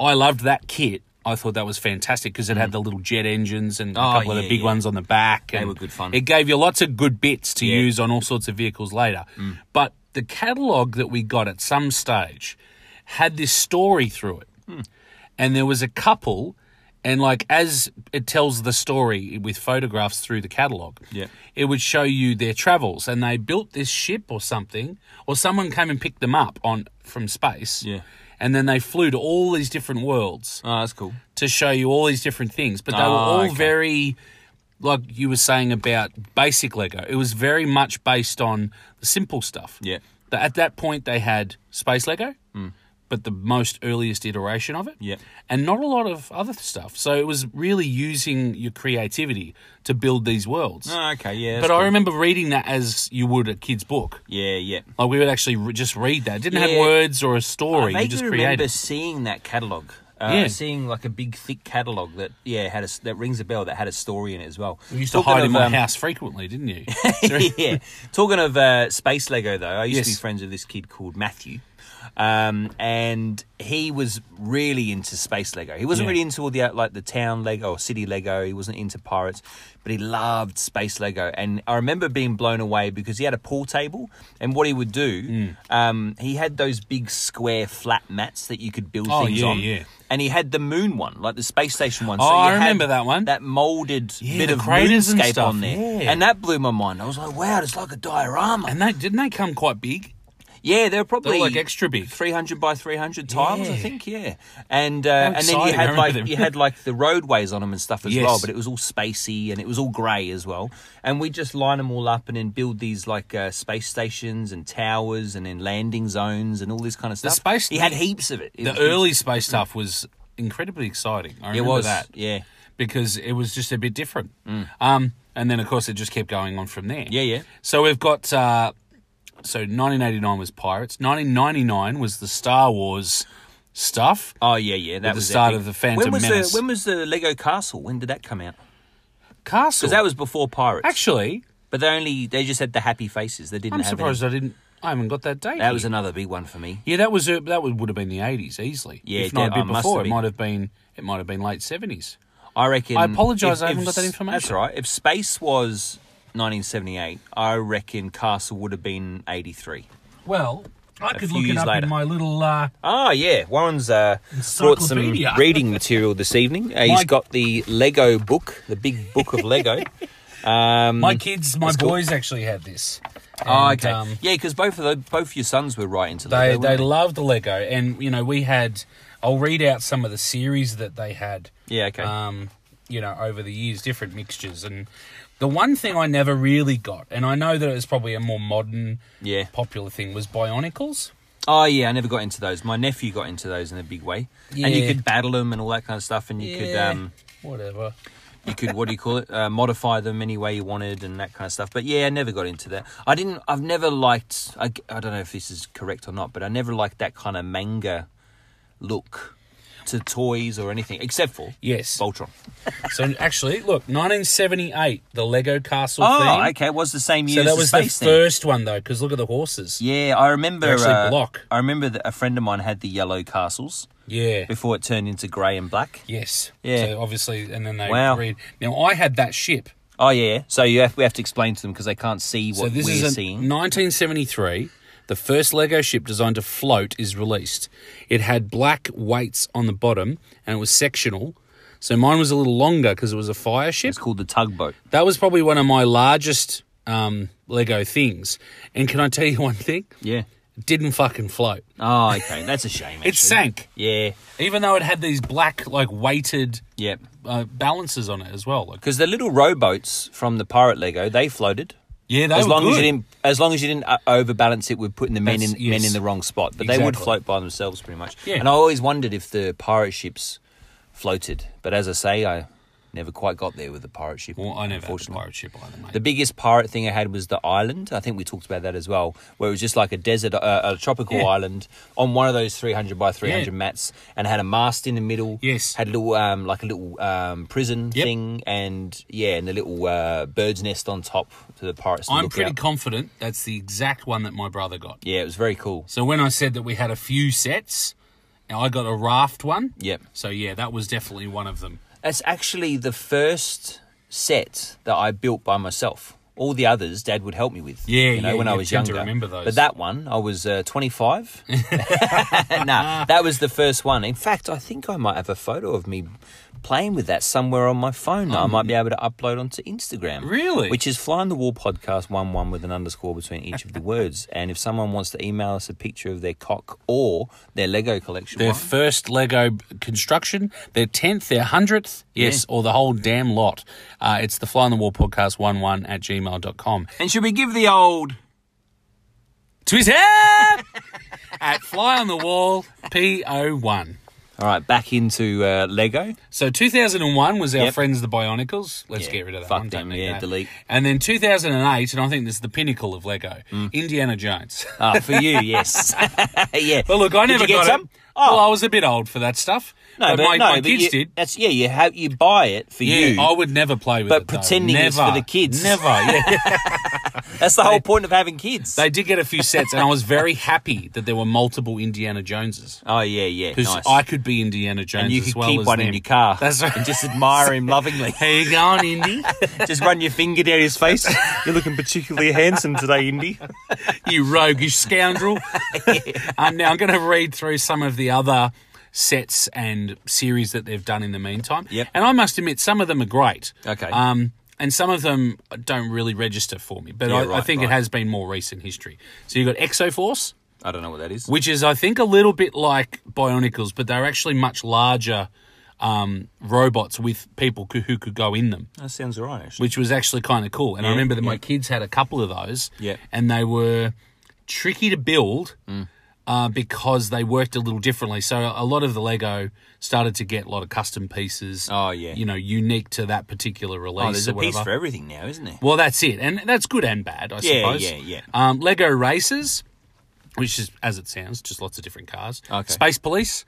[SPEAKER 3] I loved that kit. I thought that was fantastic because it had the little jet engines and a
[SPEAKER 2] Mm. Oh,
[SPEAKER 3] couple of
[SPEAKER 2] yeah,
[SPEAKER 3] the big
[SPEAKER 2] yeah.
[SPEAKER 3] ones on the back. They
[SPEAKER 2] were good fun.
[SPEAKER 3] It gave you lots of good bits to
[SPEAKER 2] Yeah. Mm.
[SPEAKER 3] use on all sorts of vehicles later. But the catalogue that we got at some stage had this story through it.
[SPEAKER 2] Hmm.
[SPEAKER 3] And there was a couple, and like as it tells the story with photographs through the catalogue,
[SPEAKER 2] Yeah.
[SPEAKER 3] it would show you their travels and they built this ship or something or someone came and picked them up on from space
[SPEAKER 2] Yeah.
[SPEAKER 3] and then they flew to all these different worlds
[SPEAKER 2] Oh, that's cool.
[SPEAKER 3] to show you all these different things but they were
[SPEAKER 2] Oh,
[SPEAKER 3] all
[SPEAKER 2] okay.
[SPEAKER 3] very like you were saying about basic lego it was very much based on the simple stuff
[SPEAKER 2] Yeah. Hmm.
[SPEAKER 3] But at that point they had space lego but the most earliest iteration of it
[SPEAKER 2] Yeah.
[SPEAKER 3] and not a lot of other stuff so it was really using your creativity to build these worlds
[SPEAKER 2] Oh, okay, yeah.
[SPEAKER 3] but
[SPEAKER 2] that's
[SPEAKER 3] I
[SPEAKER 2] cool.
[SPEAKER 3] remember reading that as you would a kid's book.
[SPEAKER 2] Yeah, yeah.
[SPEAKER 3] Like we would actually re- just read that. It didn't
[SPEAKER 2] Yeah.
[SPEAKER 3] have words or a
[SPEAKER 2] I
[SPEAKER 3] story. you just
[SPEAKER 2] vaguely
[SPEAKER 3] created.
[SPEAKER 2] remember seeing that catalog. Uh,
[SPEAKER 3] Yeah.
[SPEAKER 2] seeing like a big thick catalog that yeah had a, s- that rings a bell that had a story in it as well.
[SPEAKER 3] You used to hide in
[SPEAKER 2] um,
[SPEAKER 3] my house frequently, didn't you?
[SPEAKER 2] yeah. Talking of uh, space Lego though, I used to be
[SPEAKER 3] Yes.
[SPEAKER 2] friends with this kid called Matthew. Um, and he was really into space Lego. He wasn't
[SPEAKER 3] Yeah.
[SPEAKER 2] really into all the uh, like the town Lego or city Lego. He wasn't into pirates, but he loved space Lego. And I remember being blown away because he had a pool table, and what he would do,
[SPEAKER 3] Mm.
[SPEAKER 2] um, he had those big square flat mats that you could build
[SPEAKER 3] Oh,
[SPEAKER 2] things
[SPEAKER 3] yeah,
[SPEAKER 2] on.
[SPEAKER 3] yeah.
[SPEAKER 2] And he had the moon one, like the space station one.
[SPEAKER 3] Oh, I
[SPEAKER 2] you had
[SPEAKER 3] remember that one.
[SPEAKER 2] That molded
[SPEAKER 3] Yeah,
[SPEAKER 2] bit
[SPEAKER 3] the
[SPEAKER 2] of
[SPEAKER 3] craters and
[SPEAKER 2] moonscape
[SPEAKER 3] stuff,
[SPEAKER 2] on there,
[SPEAKER 3] yeah.
[SPEAKER 2] and that blew my mind. I was like, wow, it's like a diorama.
[SPEAKER 3] and they didn't they come quite big?
[SPEAKER 2] Yeah, they're probably
[SPEAKER 4] like extra big.
[SPEAKER 2] three hundred by three hundred tiles, I
[SPEAKER 4] Yeah.
[SPEAKER 2] think. Yeah, and uh, and then you
[SPEAKER 4] exciting, I
[SPEAKER 2] had
[SPEAKER 4] remember
[SPEAKER 2] like
[SPEAKER 4] them.
[SPEAKER 2] you had like the roadways on them and stuff as
[SPEAKER 4] Yes.
[SPEAKER 2] well, but it was all spacey and it was all grey as well. And we just line them all up and then build these like uh, space stations and towers and then landing zones and all this kind of stuff.
[SPEAKER 4] space-
[SPEAKER 2] he had heaps of it. It
[SPEAKER 4] The
[SPEAKER 2] was-
[SPEAKER 4] early space stuff was incredibly exciting. I
[SPEAKER 2] it
[SPEAKER 4] remember
[SPEAKER 2] was
[SPEAKER 4] that
[SPEAKER 2] yeah
[SPEAKER 4] because it was just a bit different. Um, and then of course it just kept going on from there.
[SPEAKER 2] yeah yeah
[SPEAKER 4] So we've got uh, so 1989 was Pirates. 1999 was the Star Wars stuff.
[SPEAKER 2] oh yeah yeah that
[SPEAKER 4] the
[SPEAKER 2] was
[SPEAKER 4] start
[SPEAKER 2] epic.
[SPEAKER 4] of the Phantom
[SPEAKER 2] when was
[SPEAKER 4] Menace.
[SPEAKER 2] the when was the Lego Castle? When did that come out?
[SPEAKER 4] Castle.
[SPEAKER 2] Because that was before Pirates.
[SPEAKER 4] actually.
[SPEAKER 2] but they only they just had the happy faces. They didn't
[SPEAKER 4] I'm
[SPEAKER 2] have any-
[SPEAKER 4] surprised I didn't. I haven't got that date.
[SPEAKER 2] That was
[SPEAKER 4] here.
[SPEAKER 2] another big one for me.
[SPEAKER 4] yeah. That was uh, that would, would have been the 80s easily.
[SPEAKER 2] Yeah,
[SPEAKER 4] if not
[SPEAKER 2] that-
[SPEAKER 4] a
[SPEAKER 2] I
[SPEAKER 4] bit
[SPEAKER 2] must
[SPEAKER 4] before.
[SPEAKER 2] have
[SPEAKER 4] It
[SPEAKER 2] been.
[SPEAKER 4] might have been. It might have been late 70s.
[SPEAKER 2] I reckon.
[SPEAKER 4] I apologise,
[SPEAKER 2] if-
[SPEAKER 4] I haven't
[SPEAKER 2] if
[SPEAKER 4] got that
[SPEAKER 2] s-
[SPEAKER 4] information.
[SPEAKER 2] That's all right. If space was 1978, I reckon Castle would have been 83.
[SPEAKER 3] Well, I could
[SPEAKER 2] few
[SPEAKER 3] look it
[SPEAKER 2] years
[SPEAKER 3] up
[SPEAKER 2] later.
[SPEAKER 3] in my little. Uh,
[SPEAKER 2] Ah, yeah. Warren's uh, brought some
[SPEAKER 3] Encyclopedia.
[SPEAKER 2] reading material this evening. Uh, he's
[SPEAKER 3] My-
[SPEAKER 2] got the Lego book, the big book of Lego. Um,
[SPEAKER 3] my kids, my
[SPEAKER 2] That's cool.
[SPEAKER 3] boys actually had this.
[SPEAKER 2] oh,
[SPEAKER 3] And,
[SPEAKER 2] okay.
[SPEAKER 3] um,
[SPEAKER 2] yeah, because both of the, both your sons were right into
[SPEAKER 3] they
[SPEAKER 2] Lego.
[SPEAKER 3] they
[SPEAKER 2] weren't
[SPEAKER 3] loved the Lego, and you know we had. I'll read out some of the series that they had.
[SPEAKER 2] Yeah, okay.
[SPEAKER 3] Um, you know, over the years, different mixtures, and the one thing I never really got, and I know that it was probably a more modern,
[SPEAKER 2] Yeah.
[SPEAKER 3] popular thing, was Bionicles.
[SPEAKER 2] Oh yeah, I never got into those. My nephew got into those in a big way, and you
[SPEAKER 3] Yeah.
[SPEAKER 2] could battle them and all that kind of stuff, and you could
[SPEAKER 3] Yeah,
[SPEAKER 2] um,
[SPEAKER 3] whatever.
[SPEAKER 2] you could what do you call it uh, modify them any way you wanted and that kind of stuff but yeah i never got into that i didn't i've never liked i, I don't know if this is correct or not but i never liked that kind of manga look to toys or anything except for
[SPEAKER 3] Yes.
[SPEAKER 2] voltron
[SPEAKER 3] So actually, look, 1978, the Lego Castle
[SPEAKER 2] oh
[SPEAKER 3] theme.
[SPEAKER 2] okay it was the same year
[SPEAKER 3] So
[SPEAKER 2] as
[SPEAKER 3] that
[SPEAKER 2] the
[SPEAKER 3] was the
[SPEAKER 2] space thing
[SPEAKER 3] first one though, because look at the horses.
[SPEAKER 2] yeah i remember
[SPEAKER 3] They're actually
[SPEAKER 2] uh,
[SPEAKER 3] block.
[SPEAKER 2] i remember that a friend of mine had the yellow castles
[SPEAKER 3] Yeah.
[SPEAKER 2] before it turned into grey and black
[SPEAKER 3] Yes.
[SPEAKER 2] Yeah.
[SPEAKER 3] So obviously, and then they
[SPEAKER 2] Wow.
[SPEAKER 3] read. Now I had that ship.
[SPEAKER 2] oh yeah so you have, we have to explain to them because they can't see what
[SPEAKER 3] So this
[SPEAKER 2] we're
[SPEAKER 3] is a-
[SPEAKER 2] seeing
[SPEAKER 3] 1973. The first Lego ship designed to float is released. It had black weights on the bottom, and it was sectional. So mine was a little longer because it was a fire ship.
[SPEAKER 2] it's called the tugboat
[SPEAKER 3] That was probably one of my largest um, Lego things. And can I tell you one thing?
[SPEAKER 2] yeah
[SPEAKER 3] It didn't fucking float.
[SPEAKER 2] oh okay that's a shame actually.
[SPEAKER 3] It sank,
[SPEAKER 2] yeah
[SPEAKER 3] even though it had these black, like weighted
[SPEAKER 2] Yep.
[SPEAKER 3] uh, balances on it as well. Like,
[SPEAKER 2] Because the little rowboats from the pirate Lego, they floated.
[SPEAKER 3] yeah, they
[SPEAKER 2] as
[SPEAKER 3] were
[SPEAKER 2] long as you
[SPEAKER 3] good.
[SPEAKER 2] didn't, as long as you didn't uh, overbalance it with putting the men in
[SPEAKER 3] That's-
[SPEAKER 2] men
[SPEAKER 3] yes.
[SPEAKER 2] in the wrong spot, but they would
[SPEAKER 3] Exactly.
[SPEAKER 2] float by themselves pretty much.
[SPEAKER 3] Yeah.
[SPEAKER 2] And I always wondered if the pirate ships floated, but as I say, I never quite got there with the pirate ship.
[SPEAKER 3] Well, I never had a
[SPEAKER 2] unfortunately.
[SPEAKER 3] pirate ship either, mate.
[SPEAKER 2] The biggest pirate thing I had was the island. I think we talked about that as well, where it was just like a desert, uh, a tropical
[SPEAKER 3] Yeah.
[SPEAKER 2] island on one of those 300 by 300
[SPEAKER 3] Yeah.
[SPEAKER 2] mats and had a mast in the middle.
[SPEAKER 3] Yes.
[SPEAKER 2] Had a little, um, like a little um, prison
[SPEAKER 3] Yep.
[SPEAKER 2] thing and, yeah, and a little uh, bird's nest on top to the pirates. To
[SPEAKER 3] I'm
[SPEAKER 2] look
[SPEAKER 3] pretty
[SPEAKER 2] out.
[SPEAKER 3] confident that's the exact one that my brother got.
[SPEAKER 2] Yeah, it was very cool.
[SPEAKER 3] So when I said that we had a few sets, now I got a raft one.
[SPEAKER 2] Yep.
[SPEAKER 3] So yeah, that was definitely one of them.
[SPEAKER 2] That's actually the first set that I built by myself. All the others, Dad would help me with.
[SPEAKER 3] Yeah,
[SPEAKER 2] you know,
[SPEAKER 3] yeah,
[SPEAKER 2] when
[SPEAKER 3] you
[SPEAKER 2] I was
[SPEAKER 3] tend
[SPEAKER 2] younger.
[SPEAKER 3] to remember those.
[SPEAKER 2] But that one, I was uh, 25. nah, that was the first one. In fact, I think I might have a photo of me playing with that somewhere on my phone. that I might be able to upload onto Instagram.
[SPEAKER 3] Um, Really?
[SPEAKER 2] Which is Fly on the Wall Podcast one one with an underscore between each of the words. And if someone wants to email us a picture of their cock or their Lego collection,
[SPEAKER 4] Their
[SPEAKER 2] why-
[SPEAKER 4] first Lego b- construction, their 10th, their 100th, yes, or the whole damn lot. Uh, it's the Fly on the Wall podcast one one at gmail.com.
[SPEAKER 2] and should we give the old?
[SPEAKER 4] Twitter at Fly on the Wall P01.
[SPEAKER 2] All right, back into uh, Lego.
[SPEAKER 3] So 2001 was our
[SPEAKER 2] Yep.
[SPEAKER 3] friends the Bionicles. Let's get rid of that
[SPEAKER 2] fuck
[SPEAKER 3] one. don't
[SPEAKER 2] them,
[SPEAKER 3] need
[SPEAKER 2] yeah,
[SPEAKER 3] that.
[SPEAKER 2] delete.
[SPEAKER 3] And then 2008, and I think this is the pinnacle of Lego,
[SPEAKER 2] Mm.
[SPEAKER 3] Indiana Jones.
[SPEAKER 2] Ah, for you, yes. yeah.
[SPEAKER 3] But look, I
[SPEAKER 2] Did
[SPEAKER 3] never
[SPEAKER 2] you get
[SPEAKER 3] got
[SPEAKER 2] some? Oh,
[SPEAKER 3] it. Well, I was a bit old for that stuff.
[SPEAKER 2] No, but,
[SPEAKER 3] my,
[SPEAKER 2] no,
[SPEAKER 3] my
[SPEAKER 2] but
[SPEAKER 3] kids
[SPEAKER 2] you-
[SPEAKER 3] did.
[SPEAKER 2] That's yeah. You have you buy it for
[SPEAKER 3] Yeah,
[SPEAKER 2] you.
[SPEAKER 3] I would never play with
[SPEAKER 2] But
[SPEAKER 3] it. though.
[SPEAKER 2] pretending it's for
[SPEAKER 3] Never.
[SPEAKER 2] the kids.
[SPEAKER 3] Never, yeah.
[SPEAKER 2] that's the whole point of having kids.
[SPEAKER 3] they did get a few sets, and I was very happy that there were multiple Indiana Joneses.
[SPEAKER 2] oh yeah, yeah.
[SPEAKER 3] Because
[SPEAKER 2] Nice.
[SPEAKER 3] I could be Indiana Jones
[SPEAKER 2] and you
[SPEAKER 3] as
[SPEAKER 2] could
[SPEAKER 3] well
[SPEAKER 2] keep
[SPEAKER 3] as
[SPEAKER 2] one
[SPEAKER 3] them.
[SPEAKER 2] in your car.
[SPEAKER 3] That's right.
[SPEAKER 2] And just admire him lovingly.
[SPEAKER 3] How you going, Indy?
[SPEAKER 2] just run your finger down his face. You're looking particularly handsome today, Indy.
[SPEAKER 3] you roguish scoundrel. um, now I'm going to read through some of the other sets and series that they've done in the meantime.
[SPEAKER 2] Yep.
[SPEAKER 3] And I must admit, some of them are great.
[SPEAKER 2] Okay.
[SPEAKER 3] Um, and some of them don't really register for me, but
[SPEAKER 2] Yeah,
[SPEAKER 3] I, I
[SPEAKER 2] right,
[SPEAKER 3] think
[SPEAKER 2] right.
[SPEAKER 3] it has been more recent history. So you've got Exoforce.
[SPEAKER 2] I don't know what that is.
[SPEAKER 3] which is I think a little bit like Bionicles, but they're actually much larger um, robots with people who, who could go in them,
[SPEAKER 2] That sounds alright, actually.
[SPEAKER 3] which was actually kind of cool. And I
[SPEAKER 2] Yeah,
[SPEAKER 3] remember that my
[SPEAKER 2] yeah.
[SPEAKER 3] kids had a couple of those,
[SPEAKER 2] Yeah. Mm.
[SPEAKER 3] and they were tricky to build. Uh, because they worked a little differently, so a lot of the Lego started to get a lot of custom pieces.
[SPEAKER 2] Oh, yeah.
[SPEAKER 3] you know, unique to that particular release.
[SPEAKER 2] Oh, there's
[SPEAKER 3] or
[SPEAKER 2] a piece
[SPEAKER 3] whatever.
[SPEAKER 2] for everything now, isn't there?
[SPEAKER 3] Well, that's it, and that's good and bad, I
[SPEAKER 2] Yeah,
[SPEAKER 3] suppose.
[SPEAKER 2] yeah, yeah.
[SPEAKER 3] Um, Lego races, which is as it sounds, just lots of different cars.
[SPEAKER 2] Okay.
[SPEAKER 3] Space police,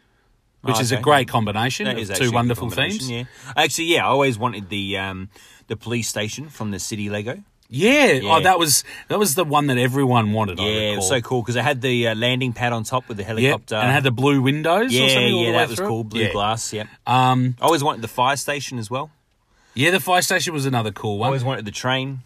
[SPEAKER 3] which
[SPEAKER 2] Oh,
[SPEAKER 3] is a
[SPEAKER 2] okay.
[SPEAKER 3] great combination
[SPEAKER 2] That
[SPEAKER 3] of
[SPEAKER 2] is actually a
[SPEAKER 3] two
[SPEAKER 2] good
[SPEAKER 3] wonderful
[SPEAKER 2] combination,
[SPEAKER 3] themes.
[SPEAKER 2] Yeah, actually, yeah. I always wanted the um, the police station from the city Lego.
[SPEAKER 3] Yeah.
[SPEAKER 2] Yeah.
[SPEAKER 3] Oh, that was that was the one that everyone wanted. I
[SPEAKER 2] Yeah, it was
[SPEAKER 3] recall.
[SPEAKER 2] so cool because it had the uh, landing pad on top with the
[SPEAKER 3] Yeah,
[SPEAKER 2] helicopter.
[SPEAKER 3] and it had the blue windows.
[SPEAKER 2] yeah,
[SPEAKER 3] or something all
[SPEAKER 2] yeah,
[SPEAKER 3] the way
[SPEAKER 2] that was
[SPEAKER 3] through it.
[SPEAKER 2] cool. Blue
[SPEAKER 3] yeah.
[SPEAKER 2] glass. Yeah. Um, I always wanted the fire station as well.
[SPEAKER 3] Yeah, the fire station was another cool
[SPEAKER 2] I
[SPEAKER 3] one.
[SPEAKER 2] always wanted the train.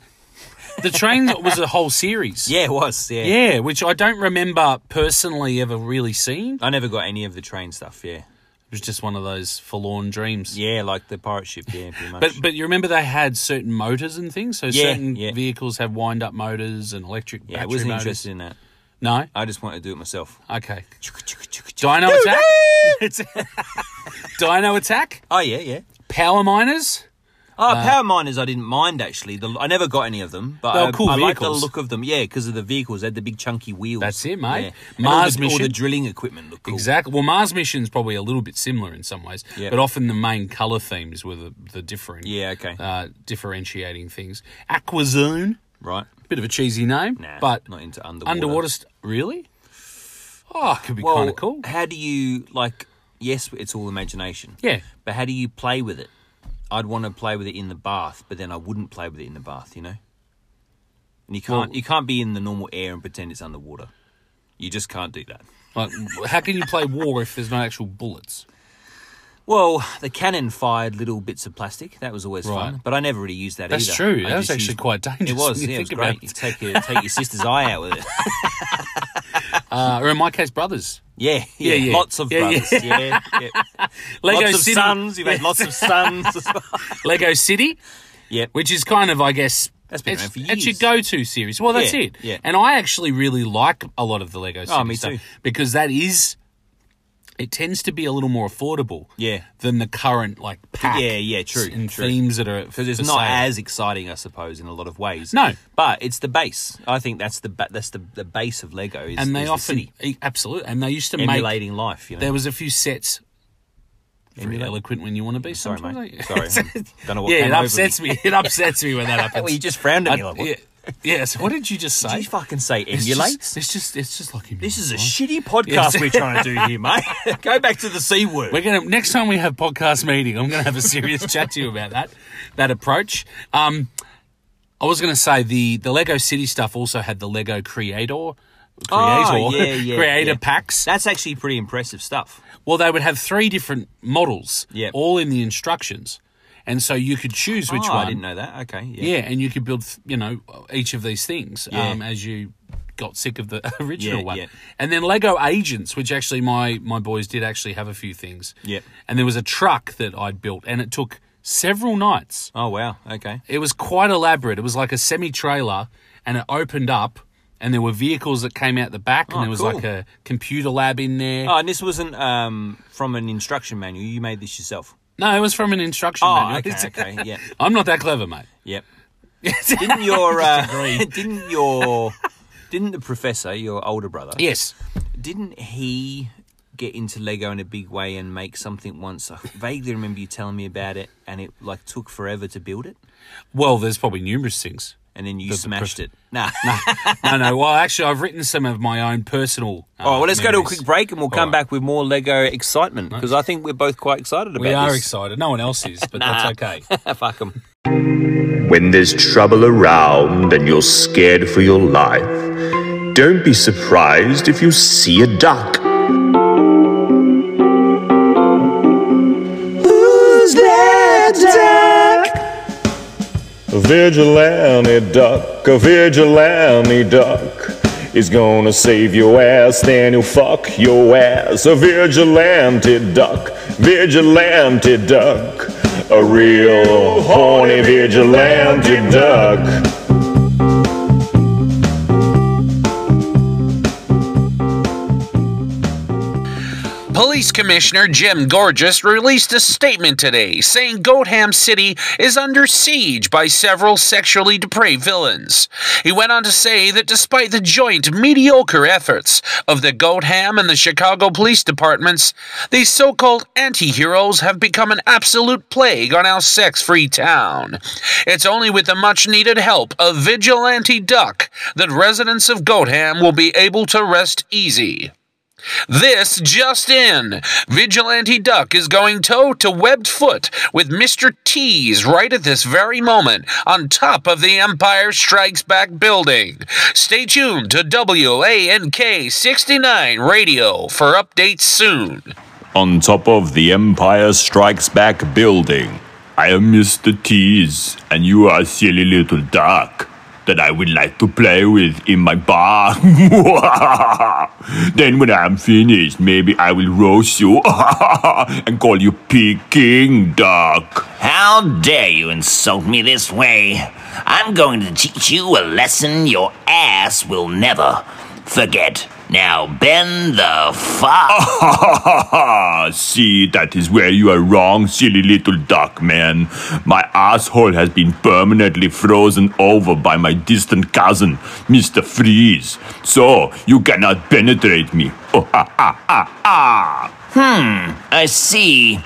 [SPEAKER 3] the train was a whole series.
[SPEAKER 2] Yeah, it was. Yeah.
[SPEAKER 3] Yeah, which I don't remember personally ever really seeing. It
[SPEAKER 2] I never got any of the train stuff. Yeah.
[SPEAKER 3] was just one of those forlorn dreams.
[SPEAKER 2] Yeah, like the pirate ship. Yeah, pretty much.
[SPEAKER 3] But but you remember they had certain motors and things, so
[SPEAKER 2] Yeah,
[SPEAKER 3] certain
[SPEAKER 2] yeah.
[SPEAKER 3] vehicles have wind up motors and electric.
[SPEAKER 2] yeah, I
[SPEAKER 3] battery
[SPEAKER 2] wasn't
[SPEAKER 3] motors.
[SPEAKER 2] interested in that.
[SPEAKER 3] No,
[SPEAKER 2] I just wanted to do it myself.
[SPEAKER 3] okay. Dino attack. It's- Dino attack.
[SPEAKER 2] Oh yeah, yeah.
[SPEAKER 3] Power miners.
[SPEAKER 2] Oh, power miners, I didn't mind actually. The, I never got any of them, but
[SPEAKER 3] Uh, They were
[SPEAKER 2] I,
[SPEAKER 3] cool
[SPEAKER 2] I like the
[SPEAKER 3] vehicles.
[SPEAKER 2] look of them. Yeah, because of the vehicles, they had the big chunky wheels.
[SPEAKER 3] That's it, mate.
[SPEAKER 2] And all
[SPEAKER 3] Mars
[SPEAKER 2] the, all the
[SPEAKER 3] mission.
[SPEAKER 2] drilling equipment looked cool.
[SPEAKER 3] Exactly. Well, Mars mission's probably a little bit similar in some ways,
[SPEAKER 2] Yeah.
[SPEAKER 3] but often the main color themes were the the different.
[SPEAKER 2] Yeah, okay.
[SPEAKER 3] Uh, differentiating things. Aquazone.
[SPEAKER 2] Right?
[SPEAKER 3] Bit of a cheesy name,
[SPEAKER 2] Nah,
[SPEAKER 3] but
[SPEAKER 2] not into underwater.
[SPEAKER 3] underwater. St- really? Oh, it could be
[SPEAKER 2] Well,
[SPEAKER 3] kind of cool.
[SPEAKER 2] How do you like? Yes, it's all imagination.
[SPEAKER 3] Yeah.
[SPEAKER 2] but how do you play with it? I'd want to play with it in the bath, but then I wouldn't play with it in the bath. You know. And you can't
[SPEAKER 3] Well-
[SPEAKER 2] you can't be in the normal air and pretend it's underwater. You just can't do that.
[SPEAKER 3] Like, how can you play war if there's no actual bullets?
[SPEAKER 2] Well, the cannon fired little bits of plastic. That was always fun,
[SPEAKER 3] Right.
[SPEAKER 2] but I never really used that
[SPEAKER 3] That's
[SPEAKER 2] either.
[SPEAKER 3] true.
[SPEAKER 2] I
[SPEAKER 3] That was
[SPEAKER 2] just
[SPEAKER 3] actually
[SPEAKER 2] used-
[SPEAKER 3] quite dangerous.
[SPEAKER 2] It was.
[SPEAKER 3] when
[SPEAKER 2] Yeah,
[SPEAKER 3] you
[SPEAKER 2] it was
[SPEAKER 3] think about
[SPEAKER 2] great. You take your take your sister's eye out with it.
[SPEAKER 3] Uh, or in my case, brothers.
[SPEAKER 2] Yeah, yeah,
[SPEAKER 3] Yeah, yeah.
[SPEAKER 2] lots of
[SPEAKER 3] Yeah,
[SPEAKER 2] brothers. Yeah, yeah.
[SPEAKER 3] Lego
[SPEAKER 2] lots of
[SPEAKER 3] City.
[SPEAKER 2] sons. You've had lots of sons. as well.
[SPEAKER 3] Lego City,
[SPEAKER 2] Yeah,
[SPEAKER 3] which is kind of, I guess,
[SPEAKER 2] That's been
[SPEAKER 3] it's,
[SPEAKER 2] around for
[SPEAKER 3] it's your
[SPEAKER 2] years.
[SPEAKER 3] go-to series. Well, that's
[SPEAKER 2] Yeah,
[SPEAKER 3] it.
[SPEAKER 2] yeah. Oh,
[SPEAKER 3] And I actually really like a lot of the Lego City
[SPEAKER 2] me
[SPEAKER 3] stuff
[SPEAKER 2] too.
[SPEAKER 3] because that is, it tends to be a little more affordable.
[SPEAKER 2] Yeah.
[SPEAKER 3] Than the current like pack.
[SPEAKER 2] Yeah, yeah, true,
[SPEAKER 3] And
[SPEAKER 2] true.
[SPEAKER 3] themes that are because
[SPEAKER 2] it's not as exciting, I suppose, in a lot of ways.
[SPEAKER 3] No.
[SPEAKER 2] but it's the base. I think that's the ba- that's the, the base of Lego. Is,
[SPEAKER 3] and they
[SPEAKER 2] is the
[SPEAKER 3] often e,
[SPEAKER 2] city.
[SPEAKER 3] absolutely and they used to make
[SPEAKER 2] emulating life. You know,
[SPEAKER 3] There was a few sets. Very
[SPEAKER 2] Emulate.
[SPEAKER 3] eloquent when you want to be.
[SPEAKER 2] Sorry,
[SPEAKER 3] sometimes,
[SPEAKER 2] mate.
[SPEAKER 3] aren't you?
[SPEAKER 2] Sorry, I don't know what
[SPEAKER 3] yeah,
[SPEAKER 2] came
[SPEAKER 3] it
[SPEAKER 2] over
[SPEAKER 3] upsets me. It upsets me when that happens.
[SPEAKER 2] well, you just frowned at me. like, what?
[SPEAKER 3] yeah. Yes. What did you just say?
[SPEAKER 2] Did you fucking say
[SPEAKER 3] It's
[SPEAKER 2] emulate?
[SPEAKER 3] just- It's just. It's just like
[SPEAKER 2] This is a
[SPEAKER 3] emulate.
[SPEAKER 2] shitty podcast we're trying to do here, mate. Go back to the C word.
[SPEAKER 3] We're gonna next time we have podcast meeting. I'm gonna have a serious chat to you about that. That approach. Um, I was gonna say the the Lego City stuff also had the Lego Creator. Creator,
[SPEAKER 2] Oh, yeah, yeah,
[SPEAKER 3] creator
[SPEAKER 2] yeah.
[SPEAKER 3] packs.
[SPEAKER 2] That's actually pretty impressive stuff.
[SPEAKER 3] Well, they would have three different models,
[SPEAKER 2] Yep.
[SPEAKER 3] all in the instructions, and so you could choose which
[SPEAKER 2] Oh,
[SPEAKER 3] one.
[SPEAKER 2] I didn't know that. Okay. Yeah.
[SPEAKER 3] Yeah, and you could build, th- you know, each of these things
[SPEAKER 2] Yeah.
[SPEAKER 3] um, as you got sick of the original
[SPEAKER 2] Yeah,
[SPEAKER 3] one.
[SPEAKER 2] yeah.
[SPEAKER 3] And then Lego Agents, which actually my my boys did actually have a few things.
[SPEAKER 2] Yeah.
[SPEAKER 3] And there was a truck that I'd built, and it took several nights.
[SPEAKER 2] Oh wow. Okay.
[SPEAKER 3] It was quite elaborate. It was like a semi trailer, and it opened up. And there were vehicles that came out the back, and
[SPEAKER 2] Oh,
[SPEAKER 3] there was
[SPEAKER 2] cool.
[SPEAKER 3] like a computer lab in there.
[SPEAKER 2] Oh, and this wasn't um, from an instruction manual. You made this yourself.
[SPEAKER 3] No, it was from an instruction
[SPEAKER 2] Oh,
[SPEAKER 3] manual.
[SPEAKER 2] okay, okay, yeah.
[SPEAKER 3] I'm not that clever, mate.
[SPEAKER 2] Yep. didn't your uh, didn't your didn't the professor, your older brother,
[SPEAKER 3] Yes.
[SPEAKER 2] didn't he get into Lego in a big way and make something once? I vaguely remember you telling me about it, and it like took forever to build it,
[SPEAKER 3] Well, there's probably numerous things.
[SPEAKER 2] and then you
[SPEAKER 3] The- the
[SPEAKER 2] smashed
[SPEAKER 3] prof-
[SPEAKER 2] it. Nah.
[SPEAKER 3] no, no. Well, actually, I've written some of my own
[SPEAKER 5] Oh,
[SPEAKER 3] personal. Uh,
[SPEAKER 2] All right, well, let's go to a
[SPEAKER 3] memories.
[SPEAKER 2] quick break and we'll come back
[SPEAKER 3] right.
[SPEAKER 2] with more Lego excitement because I think we're both quite excited about
[SPEAKER 3] We are
[SPEAKER 2] this.
[SPEAKER 3] excited. No one else is, but that's okay.
[SPEAKER 2] Fuck 'em.
[SPEAKER 6] When there's trouble around and you're scared for your life, don't be surprised if you see a duck.
[SPEAKER 7] A vigilante duck, a vigilante duck is gonna save your ass, then he'll fuck your ass. A vigilante duck, vigilante duck, a real horny vigilante duck.
[SPEAKER 5] Police Commissioner Jim Gorgeous released a statement today saying Gotham City is under siege by several sexually depraved villains. He went on to say that despite the joint mediocre efforts of the Gotham and the Chicago Police Departments, these so called anti heroes have become an absolute plague on our sex free town. It's only with the much needed help of Vigilante Duck that residents of Gotham will be able to rest easy. This just in. Vigilante Duck is going toe to webbed foot with Mr. Tease right at this very moment on top of the Empire Strikes Back building. Stay tuned to WANK 69 Radio for updates soon.
[SPEAKER 8] on top of the Empire Strikes Back building. I am Mr. Tease, and you are a silly little duck that I would like to play with in my bar. then, when I'm finished, maybe I will roast you and call you Peking Duck.
[SPEAKER 9] How dare you insult me this way? I'm going to teach you a lesson your ass will never forget. Now bend the fuck.
[SPEAKER 8] Ha ha ha ha! See, that is where you are wrong, silly little duck man. My asshole has been permanently frozen over by my distant cousin, Mr. Freeze. So, you cannot penetrate me. Oh, ha ha ha ha!
[SPEAKER 9] I see.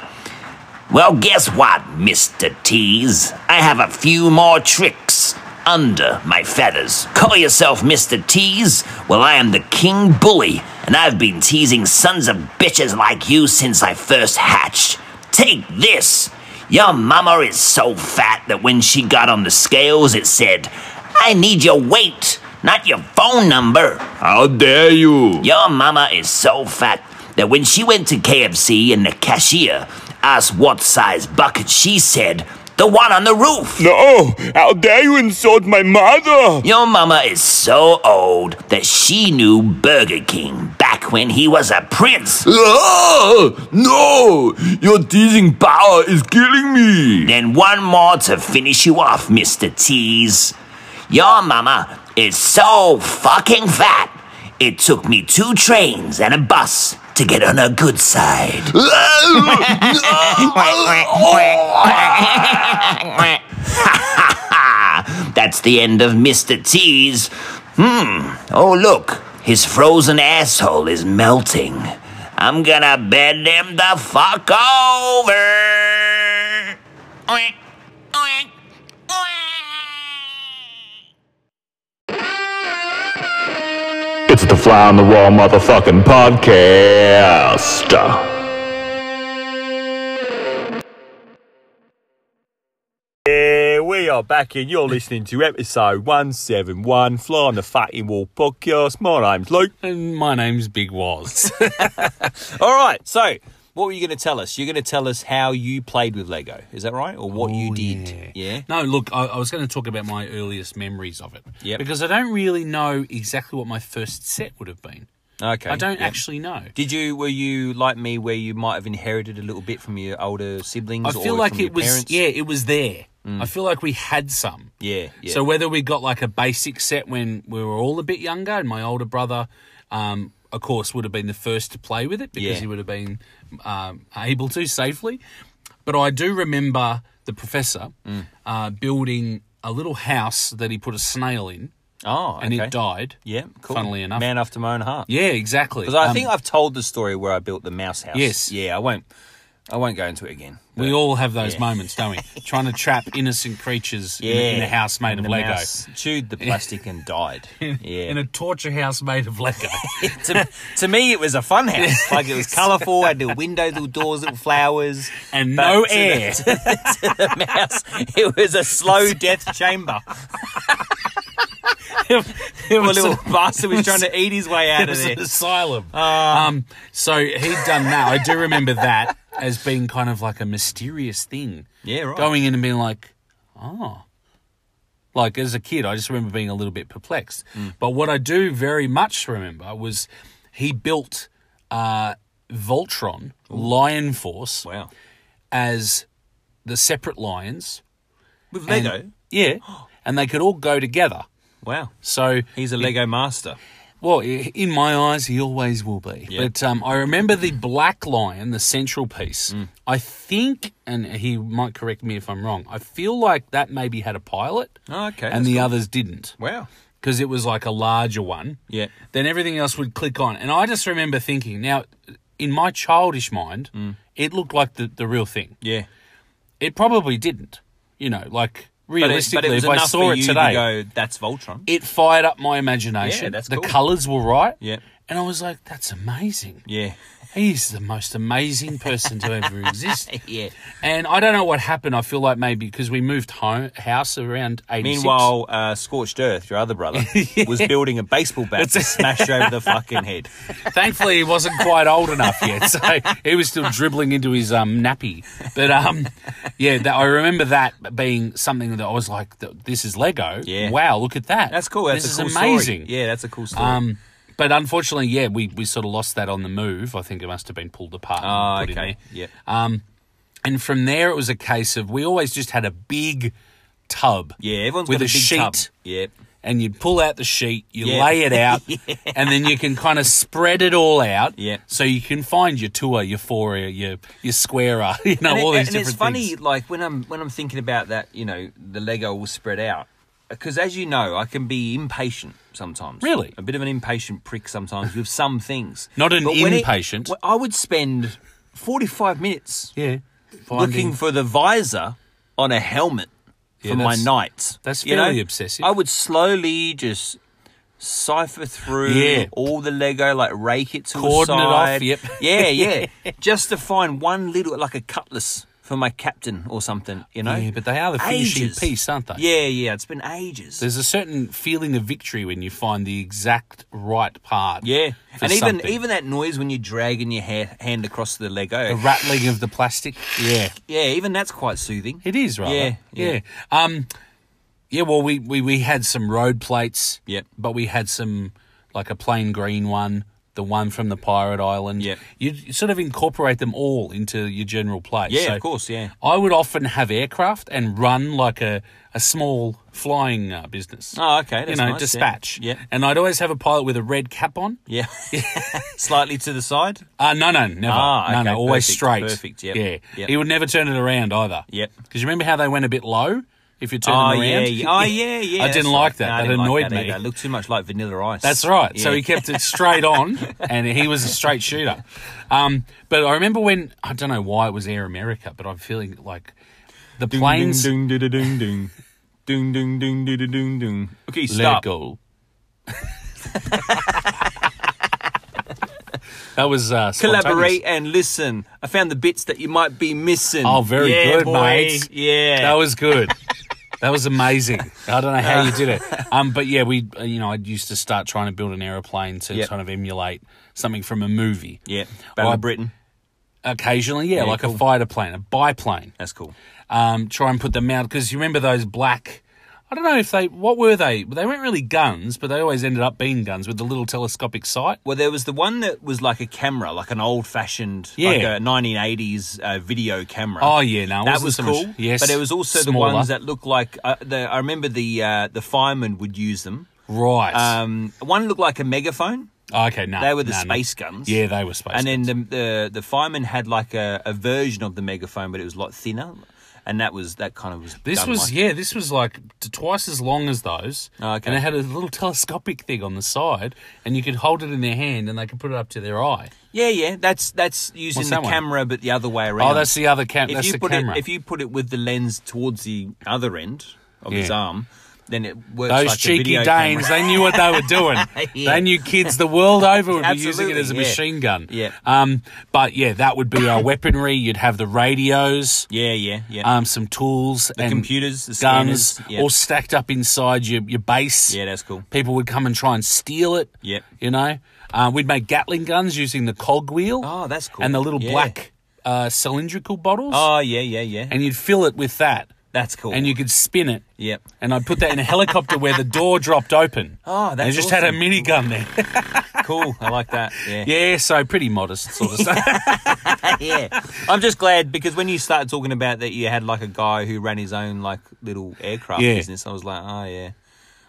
[SPEAKER 9] Well, guess what, Mr. Tease? I have a few more tricks under my feathers. Call yourself Mr. Tease? Well, I am the King Bully, and I've been teasing sons of bitches like you since I first hatched. Take this! Your mama is so fat that when she got on the scales, it said, I need your weight, not your phone number.
[SPEAKER 8] How dare you!
[SPEAKER 9] Your mama is so fat that when she went to KFC and the cashier asked what size bucket, she said, the one on the roof.
[SPEAKER 8] No! How dare you insult my mother!
[SPEAKER 9] Your mama is so old that she knew Burger King back when he was a prince.
[SPEAKER 8] Ah, no! Your teasing power is killing me!
[SPEAKER 9] Then one more to finish you off, Mr. Tease. Your mama is so fucking fat, it took me two trains and a bus to get on her good side. That's the end of Mr. T's. Hmm. Oh, look. His frozen asshole is melting. I'm gonna bend him the fuck over. Oink, oink, oink.
[SPEAKER 7] It's the Fly on the Wall motherfucking podcast.
[SPEAKER 2] Yeah, we are back and you're listening to episode 171 Fly on the Fucking Wall podcast. My name's Luke.
[SPEAKER 3] And Um, my name's Big Woz.
[SPEAKER 2] All right, so what were you going to tell us? You're going to tell us how you played with Lego. Is that right? Or what
[SPEAKER 3] Oh,
[SPEAKER 2] you did? Yeah.
[SPEAKER 3] No, look, I, I was going to talk about my earliest memories of it.
[SPEAKER 2] Yep.
[SPEAKER 3] Because I don't really know exactly what my first set would have been.
[SPEAKER 2] Okay.
[SPEAKER 3] I don't
[SPEAKER 2] yeah.
[SPEAKER 3] actually know.
[SPEAKER 2] Did you were you like me where you might have inherited a little bit from your older siblings
[SPEAKER 3] I
[SPEAKER 2] or
[SPEAKER 3] feel like
[SPEAKER 2] from your
[SPEAKER 3] it was
[SPEAKER 2] parents? Mm.
[SPEAKER 3] yeah, it was there. I feel like we had some.
[SPEAKER 2] Yeah, yeah.
[SPEAKER 3] So whether we got like a basic set when we were all a bit younger, and my older brother, um, of course, would have been the first to play with it because
[SPEAKER 2] Yeah.
[SPEAKER 3] he would have been um, able to safely. But I do remember the professor
[SPEAKER 2] Mm.
[SPEAKER 3] uh, building a little house that he put a snail in,
[SPEAKER 2] Oh,
[SPEAKER 3] and
[SPEAKER 2] okay.
[SPEAKER 3] it died.
[SPEAKER 2] Yeah, cool.
[SPEAKER 3] Funnily enough.
[SPEAKER 2] Man after my own heart.
[SPEAKER 3] Yeah, exactly.
[SPEAKER 2] Because I
[SPEAKER 3] Um,
[SPEAKER 2] think I've told the story where I built the mouse house.
[SPEAKER 3] Yes.
[SPEAKER 2] Yeah, I won't I won't go into it again.
[SPEAKER 3] we
[SPEAKER 2] But
[SPEAKER 3] all have those moments, don't we? Trying to trap innocent creatures in, a- in a house made
[SPEAKER 2] And
[SPEAKER 3] of
[SPEAKER 2] the
[SPEAKER 3] Lego.
[SPEAKER 2] mouse chewed the plastic and died. Yeah.
[SPEAKER 3] In a torture house made of Lego.
[SPEAKER 2] to, to me, it was a fun house. Like it was colourful, had little windows, little doors, little flowers,
[SPEAKER 3] And
[SPEAKER 2] But
[SPEAKER 3] no
[SPEAKER 2] to the-
[SPEAKER 3] air.
[SPEAKER 2] to the mouse, it was a slow death chamber.
[SPEAKER 3] It
[SPEAKER 2] Poor
[SPEAKER 3] was
[SPEAKER 2] little
[SPEAKER 3] a-
[SPEAKER 2] bastard was trying to eat his way out
[SPEAKER 3] it
[SPEAKER 2] of
[SPEAKER 3] was
[SPEAKER 2] there.
[SPEAKER 3] an asylum.
[SPEAKER 2] Ah.
[SPEAKER 3] um, so he'd done that. I do remember that as being kind of like a mysterious thing.
[SPEAKER 2] Yeah, right.
[SPEAKER 3] Going in and being like, oh. Like as a kid, I just remember being a little bit perplexed.
[SPEAKER 2] Hmm.
[SPEAKER 3] But what I do very much remember was he built uh, Voltron, Lion Force,
[SPEAKER 2] Wow.
[SPEAKER 3] as the separate lions.
[SPEAKER 2] With
[SPEAKER 3] And-
[SPEAKER 2] Lego?
[SPEAKER 3] yeah. And they could all go together.
[SPEAKER 2] Wow.
[SPEAKER 3] So
[SPEAKER 2] He's a Lego master.
[SPEAKER 3] Well, i- in my eyes, he always will be.
[SPEAKER 2] Yeah.
[SPEAKER 3] But um, I remember the Black Lion, the central piece.
[SPEAKER 2] Mm.
[SPEAKER 3] I think, and he might correct me if I'm wrong. I feel like that maybe had a pilot,
[SPEAKER 2] Oh, okay,
[SPEAKER 3] and
[SPEAKER 2] that's
[SPEAKER 3] the
[SPEAKER 2] cool.
[SPEAKER 3] others didn't
[SPEAKER 2] Wow.
[SPEAKER 3] because it was like a larger one.
[SPEAKER 2] Yeah.
[SPEAKER 3] Then everything else would click on, and I just remember thinking, now, in my childish mind,
[SPEAKER 2] Mm.
[SPEAKER 3] it looked like the, the real thing.
[SPEAKER 2] Yeah.
[SPEAKER 3] It probably didn't. You know, like
[SPEAKER 2] But it,
[SPEAKER 3] realistically,
[SPEAKER 2] but it was
[SPEAKER 3] if I
[SPEAKER 2] enough
[SPEAKER 3] saw
[SPEAKER 2] for
[SPEAKER 3] it
[SPEAKER 2] you
[SPEAKER 3] today,
[SPEAKER 2] to go, that's Voltron.
[SPEAKER 3] it fired up my imagination.
[SPEAKER 2] Yeah, that's
[SPEAKER 3] the
[SPEAKER 2] cool.
[SPEAKER 3] colours were right.
[SPEAKER 2] Yeah.
[SPEAKER 3] And I was like, that's amazing.
[SPEAKER 2] Yeah.
[SPEAKER 3] He's the most amazing person to ever exist.
[SPEAKER 2] Yeah.
[SPEAKER 3] And I don't know what happened. I feel like maybe because we moved home house around 86.
[SPEAKER 2] Meanwhile, uh, Scorched Earth, your other brother, was building a baseball bat to smash you over the fucking head.
[SPEAKER 3] thankfully he wasn't quite old enough yet, so he was still dribbling into his um, nappy. But um, yeah, that, I remember that being something that I was like, th- "This is Lego.
[SPEAKER 2] Yeah.
[SPEAKER 3] Wow, look at that.
[SPEAKER 2] That's cool. That's
[SPEAKER 3] this
[SPEAKER 2] a cool
[SPEAKER 3] is amazing.
[SPEAKER 2] Story. Yeah, that's a cool story.
[SPEAKER 3] Um, but unfortunately, yeah, we, we sort of lost that on the move. I think it must have been pulled apart. and
[SPEAKER 2] Ah,
[SPEAKER 3] put in
[SPEAKER 2] okay.
[SPEAKER 3] there. Um,
[SPEAKER 2] Yeah.
[SPEAKER 3] And from there, it was a case of we always just had a big tub.
[SPEAKER 2] yeah, everyone's
[SPEAKER 3] with
[SPEAKER 2] got a,
[SPEAKER 3] a
[SPEAKER 2] big
[SPEAKER 3] sheet.
[SPEAKER 2] tub. Yeah.
[SPEAKER 3] And you pull out the sheet, you
[SPEAKER 2] Yeah.
[SPEAKER 3] lay it out, and then you can kind of spread it all out.
[SPEAKER 2] Yeah.
[SPEAKER 3] So you can find your tour, your four, your your squarer, you know,
[SPEAKER 2] and it-
[SPEAKER 3] Oh, all
[SPEAKER 2] and
[SPEAKER 3] these different
[SPEAKER 2] it's funny,
[SPEAKER 3] things.
[SPEAKER 2] like when I'm when I'm thinking about that, you know, the Lego will spread out because, as you know, I can be impatient sometimes.
[SPEAKER 3] Really?
[SPEAKER 2] a bit of an impatient prick sometimes with some things.
[SPEAKER 3] Not an
[SPEAKER 2] But when it-
[SPEAKER 3] impatient.
[SPEAKER 2] well, I would spend forty-five minutes
[SPEAKER 3] Yeah.
[SPEAKER 2] looking for the visor on a helmet for
[SPEAKER 3] Yeah,
[SPEAKER 2] my
[SPEAKER 3] that's-
[SPEAKER 2] knights.
[SPEAKER 3] that's
[SPEAKER 2] you know?
[SPEAKER 3] fairly obsessive.
[SPEAKER 2] I would slowly just cipher through
[SPEAKER 3] Yeah.
[SPEAKER 2] all the Lego, like rake it to
[SPEAKER 3] Cordon
[SPEAKER 2] the
[SPEAKER 3] it off,
[SPEAKER 2] side.
[SPEAKER 3] yep.
[SPEAKER 2] Yeah, yeah. just to find one little, like a cutlass for my captain or something. You know.
[SPEAKER 3] Yeah, but they are the finishing
[SPEAKER 2] Ages.
[SPEAKER 3] piece, aren't they?
[SPEAKER 2] Yeah, yeah. It's been ages.
[SPEAKER 3] There's a certain feeling of victory when you find the exact right part.
[SPEAKER 2] yeah,
[SPEAKER 3] for
[SPEAKER 2] and even
[SPEAKER 3] something.
[SPEAKER 2] even that noise when you're dragging your ha- hand across the Lego.
[SPEAKER 3] the rattling of the plastic. Oh, Yeah.
[SPEAKER 2] yeah, even that's quite soothing.
[SPEAKER 3] It is, right?
[SPEAKER 2] Yeah, yeah.
[SPEAKER 3] Um, yeah. Well, we, we we had some road plates.
[SPEAKER 2] Yep.
[SPEAKER 3] But we had some like a plain green one, the one from the pirate island.
[SPEAKER 2] Yep.
[SPEAKER 3] You you sort of incorporate them all into your general plate.
[SPEAKER 2] Yeah,
[SPEAKER 3] So
[SPEAKER 2] of course. Yeah.
[SPEAKER 3] I would often have aircraft and run like a a small flying uh, business.
[SPEAKER 2] Oh, okay. That's
[SPEAKER 3] you know,
[SPEAKER 2] nice, yeah.
[SPEAKER 3] dispatch.
[SPEAKER 2] Yeah.
[SPEAKER 3] And I'd always have a pilot with a red cap on.
[SPEAKER 2] Yeah. Slightly to the side.
[SPEAKER 3] Uh, no, no, never.
[SPEAKER 2] Ah,
[SPEAKER 3] no,
[SPEAKER 2] okay,
[SPEAKER 3] no, always
[SPEAKER 2] perfect,
[SPEAKER 3] straight.
[SPEAKER 2] perfect, yep,
[SPEAKER 3] Yeah.
[SPEAKER 2] yep.
[SPEAKER 3] He would never turn it around either.
[SPEAKER 2] Yep.
[SPEAKER 3] Because you remember how they went a bit low if you turn
[SPEAKER 2] oh,
[SPEAKER 3] them
[SPEAKER 2] yeah,
[SPEAKER 3] around?
[SPEAKER 2] yeah. Oh, yeah, yeah.
[SPEAKER 3] I didn't
[SPEAKER 2] that's
[SPEAKER 3] like that.
[SPEAKER 2] No, I
[SPEAKER 3] that
[SPEAKER 2] didn't like
[SPEAKER 3] annoyed me.
[SPEAKER 2] either. It looked too much like vanilla ice.
[SPEAKER 3] That's right. So
[SPEAKER 2] Yeah.
[SPEAKER 3] he kept it straight on, and he was a straight shooter. Um, but I remember when I don't know why it was Air America, but I'm feeling like the planes
[SPEAKER 2] Ding, ding, ding, ding, ding. Ding, ding, ding, ding, ding, ding, ding. Okay,
[SPEAKER 3] let
[SPEAKER 2] stop.
[SPEAKER 3] go. that was uh, spontaneous.
[SPEAKER 2] Collaborate and listen. I found the bits that you might be missing.
[SPEAKER 3] Oh, very
[SPEAKER 2] yeah,
[SPEAKER 3] good,
[SPEAKER 2] boy.
[SPEAKER 3] mate.
[SPEAKER 2] Yeah.
[SPEAKER 3] That was good. That was amazing. I don't know how you did it. Um, but yeah, we, uh, you know, I used to start trying to build an aeroplane to
[SPEAKER 2] Yep.
[SPEAKER 3] kind of emulate something from a movie.
[SPEAKER 2] yeah. Battle
[SPEAKER 3] Well,
[SPEAKER 2] of Britain.
[SPEAKER 3] Occasionally, yeah,
[SPEAKER 2] Yeah,
[SPEAKER 3] like a
[SPEAKER 2] cool.
[SPEAKER 3] fighter plane, a biplane.
[SPEAKER 2] That's cool.
[SPEAKER 3] Um, try and put them out because you remember those black. I don't know if they what were they. They weren't really guns, but they always ended up being guns with the little telescopic sight.
[SPEAKER 2] Well, there was the one that was like a camera, like an old-fashioned, like
[SPEAKER 3] Yeah.
[SPEAKER 2] a 1980s uh, video camera.
[SPEAKER 3] Oh yeah, no, it
[SPEAKER 2] that
[SPEAKER 3] wasn't
[SPEAKER 2] was
[SPEAKER 3] so much-
[SPEAKER 2] cool.
[SPEAKER 3] Yes,
[SPEAKER 2] but it was also
[SPEAKER 3] smaller.
[SPEAKER 2] the ones that looked like uh, the. I remember the uh, the firemen would use them.
[SPEAKER 3] right.
[SPEAKER 2] Um, one looked like a megaphone.
[SPEAKER 3] Oh, okay, no,
[SPEAKER 2] They were the
[SPEAKER 3] no, no.
[SPEAKER 2] space guns.
[SPEAKER 3] Yeah, they were space.
[SPEAKER 2] and then the, the the fireman had like a, a version of the megaphone, but it was a lot thinner, and that was that kind of was.
[SPEAKER 3] This
[SPEAKER 2] done
[SPEAKER 3] was
[SPEAKER 2] like-
[SPEAKER 3] yeah, this was like t- twice as long as those,
[SPEAKER 2] Oh, okay.
[SPEAKER 3] and it had a little telescopic thing on the side, and you could hold it in their hand, and they could put it up to their eye.
[SPEAKER 2] yeah, yeah. That's that's using
[SPEAKER 3] What's
[SPEAKER 2] the
[SPEAKER 3] that one?
[SPEAKER 2] camera, but the other way around.
[SPEAKER 3] Oh, that's the other cam.
[SPEAKER 2] if
[SPEAKER 3] That's
[SPEAKER 2] you
[SPEAKER 3] the
[SPEAKER 2] put
[SPEAKER 3] camera.
[SPEAKER 2] it if you put it with the lens towards the other end of his
[SPEAKER 3] Yeah.
[SPEAKER 2] arm, then it works
[SPEAKER 3] those
[SPEAKER 2] like a
[SPEAKER 3] cheeky
[SPEAKER 2] video
[SPEAKER 3] Danes,
[SPEAKER 2] camera.
[SPEAKER 3] they knew what they were doing.
[SPEAKER 2] Yeah.
[SPEAKER 3] They knew kids the world over would be using it
[SPEAKER 2] Absolutely,
[SPEAKER 3] as a
[SPEAKER 2] yeah.
[SPEAKER 3] machine gun.
[SPEAKER 2] Yeah.
[SPEAKER 3] Um, but yeah, that would be our weaponry. You'd have the radios.
[SPEAKER 2] Yeah, yeah, yeah.
[SPEAKER 3] Um, some tools and
[SPEAKER 2] computers, the
[SPEAKER 3] guns,
[SPEAKER 2] scanners, yeah.
[SPEAKER 3] all stacked up inside your, your base.
[SPEAKER 2] Yeah, that's cool.
[SPEAKER 3] People would come and try and steal it.
[SPEAKER 2] Yep.
[SPEAKER 3] You know, um, we'd make Gatling guns using the cog wheel.
[SPEAKER 2] Oh, that's cool.
[SPEAKER 3] And the little
[SPEAKER 2] Yeah.
[SPEAKER 3] black uh, cylindrical bottles.
[SPEAKER 2] oh, yeah, yeah, yeah.
[SPEAKER 3] And you'd fill it with that,
[SPEAKER 2] that's cool.
[SPEAKER 3] and you could spin it.
[SPEAKER 2] Yep.
[SPEAKER 3] And I'd put that in a helicopter where the door dropped open.
[SPEAKER 2] Oh,
[SPEAKER 3] And it
[SPEAKER 2] that's
[SPEAKER 3] just had a
[SPEAKER 2] awesome.
[SPEAKER 3] minigun there.
[SPEAKER 2] cool. I like that. Yeah.
[SPEAKER 3] yeah, so pretty modest sort of stuff.
[SPEAKER 2] yeah. I'm just glad because when you started talking about that, you had like a guy who ran his own like little aircraft
[SPEAKER 3] Yeah.
[SPEAKER 2] business. I was like, oh yeah.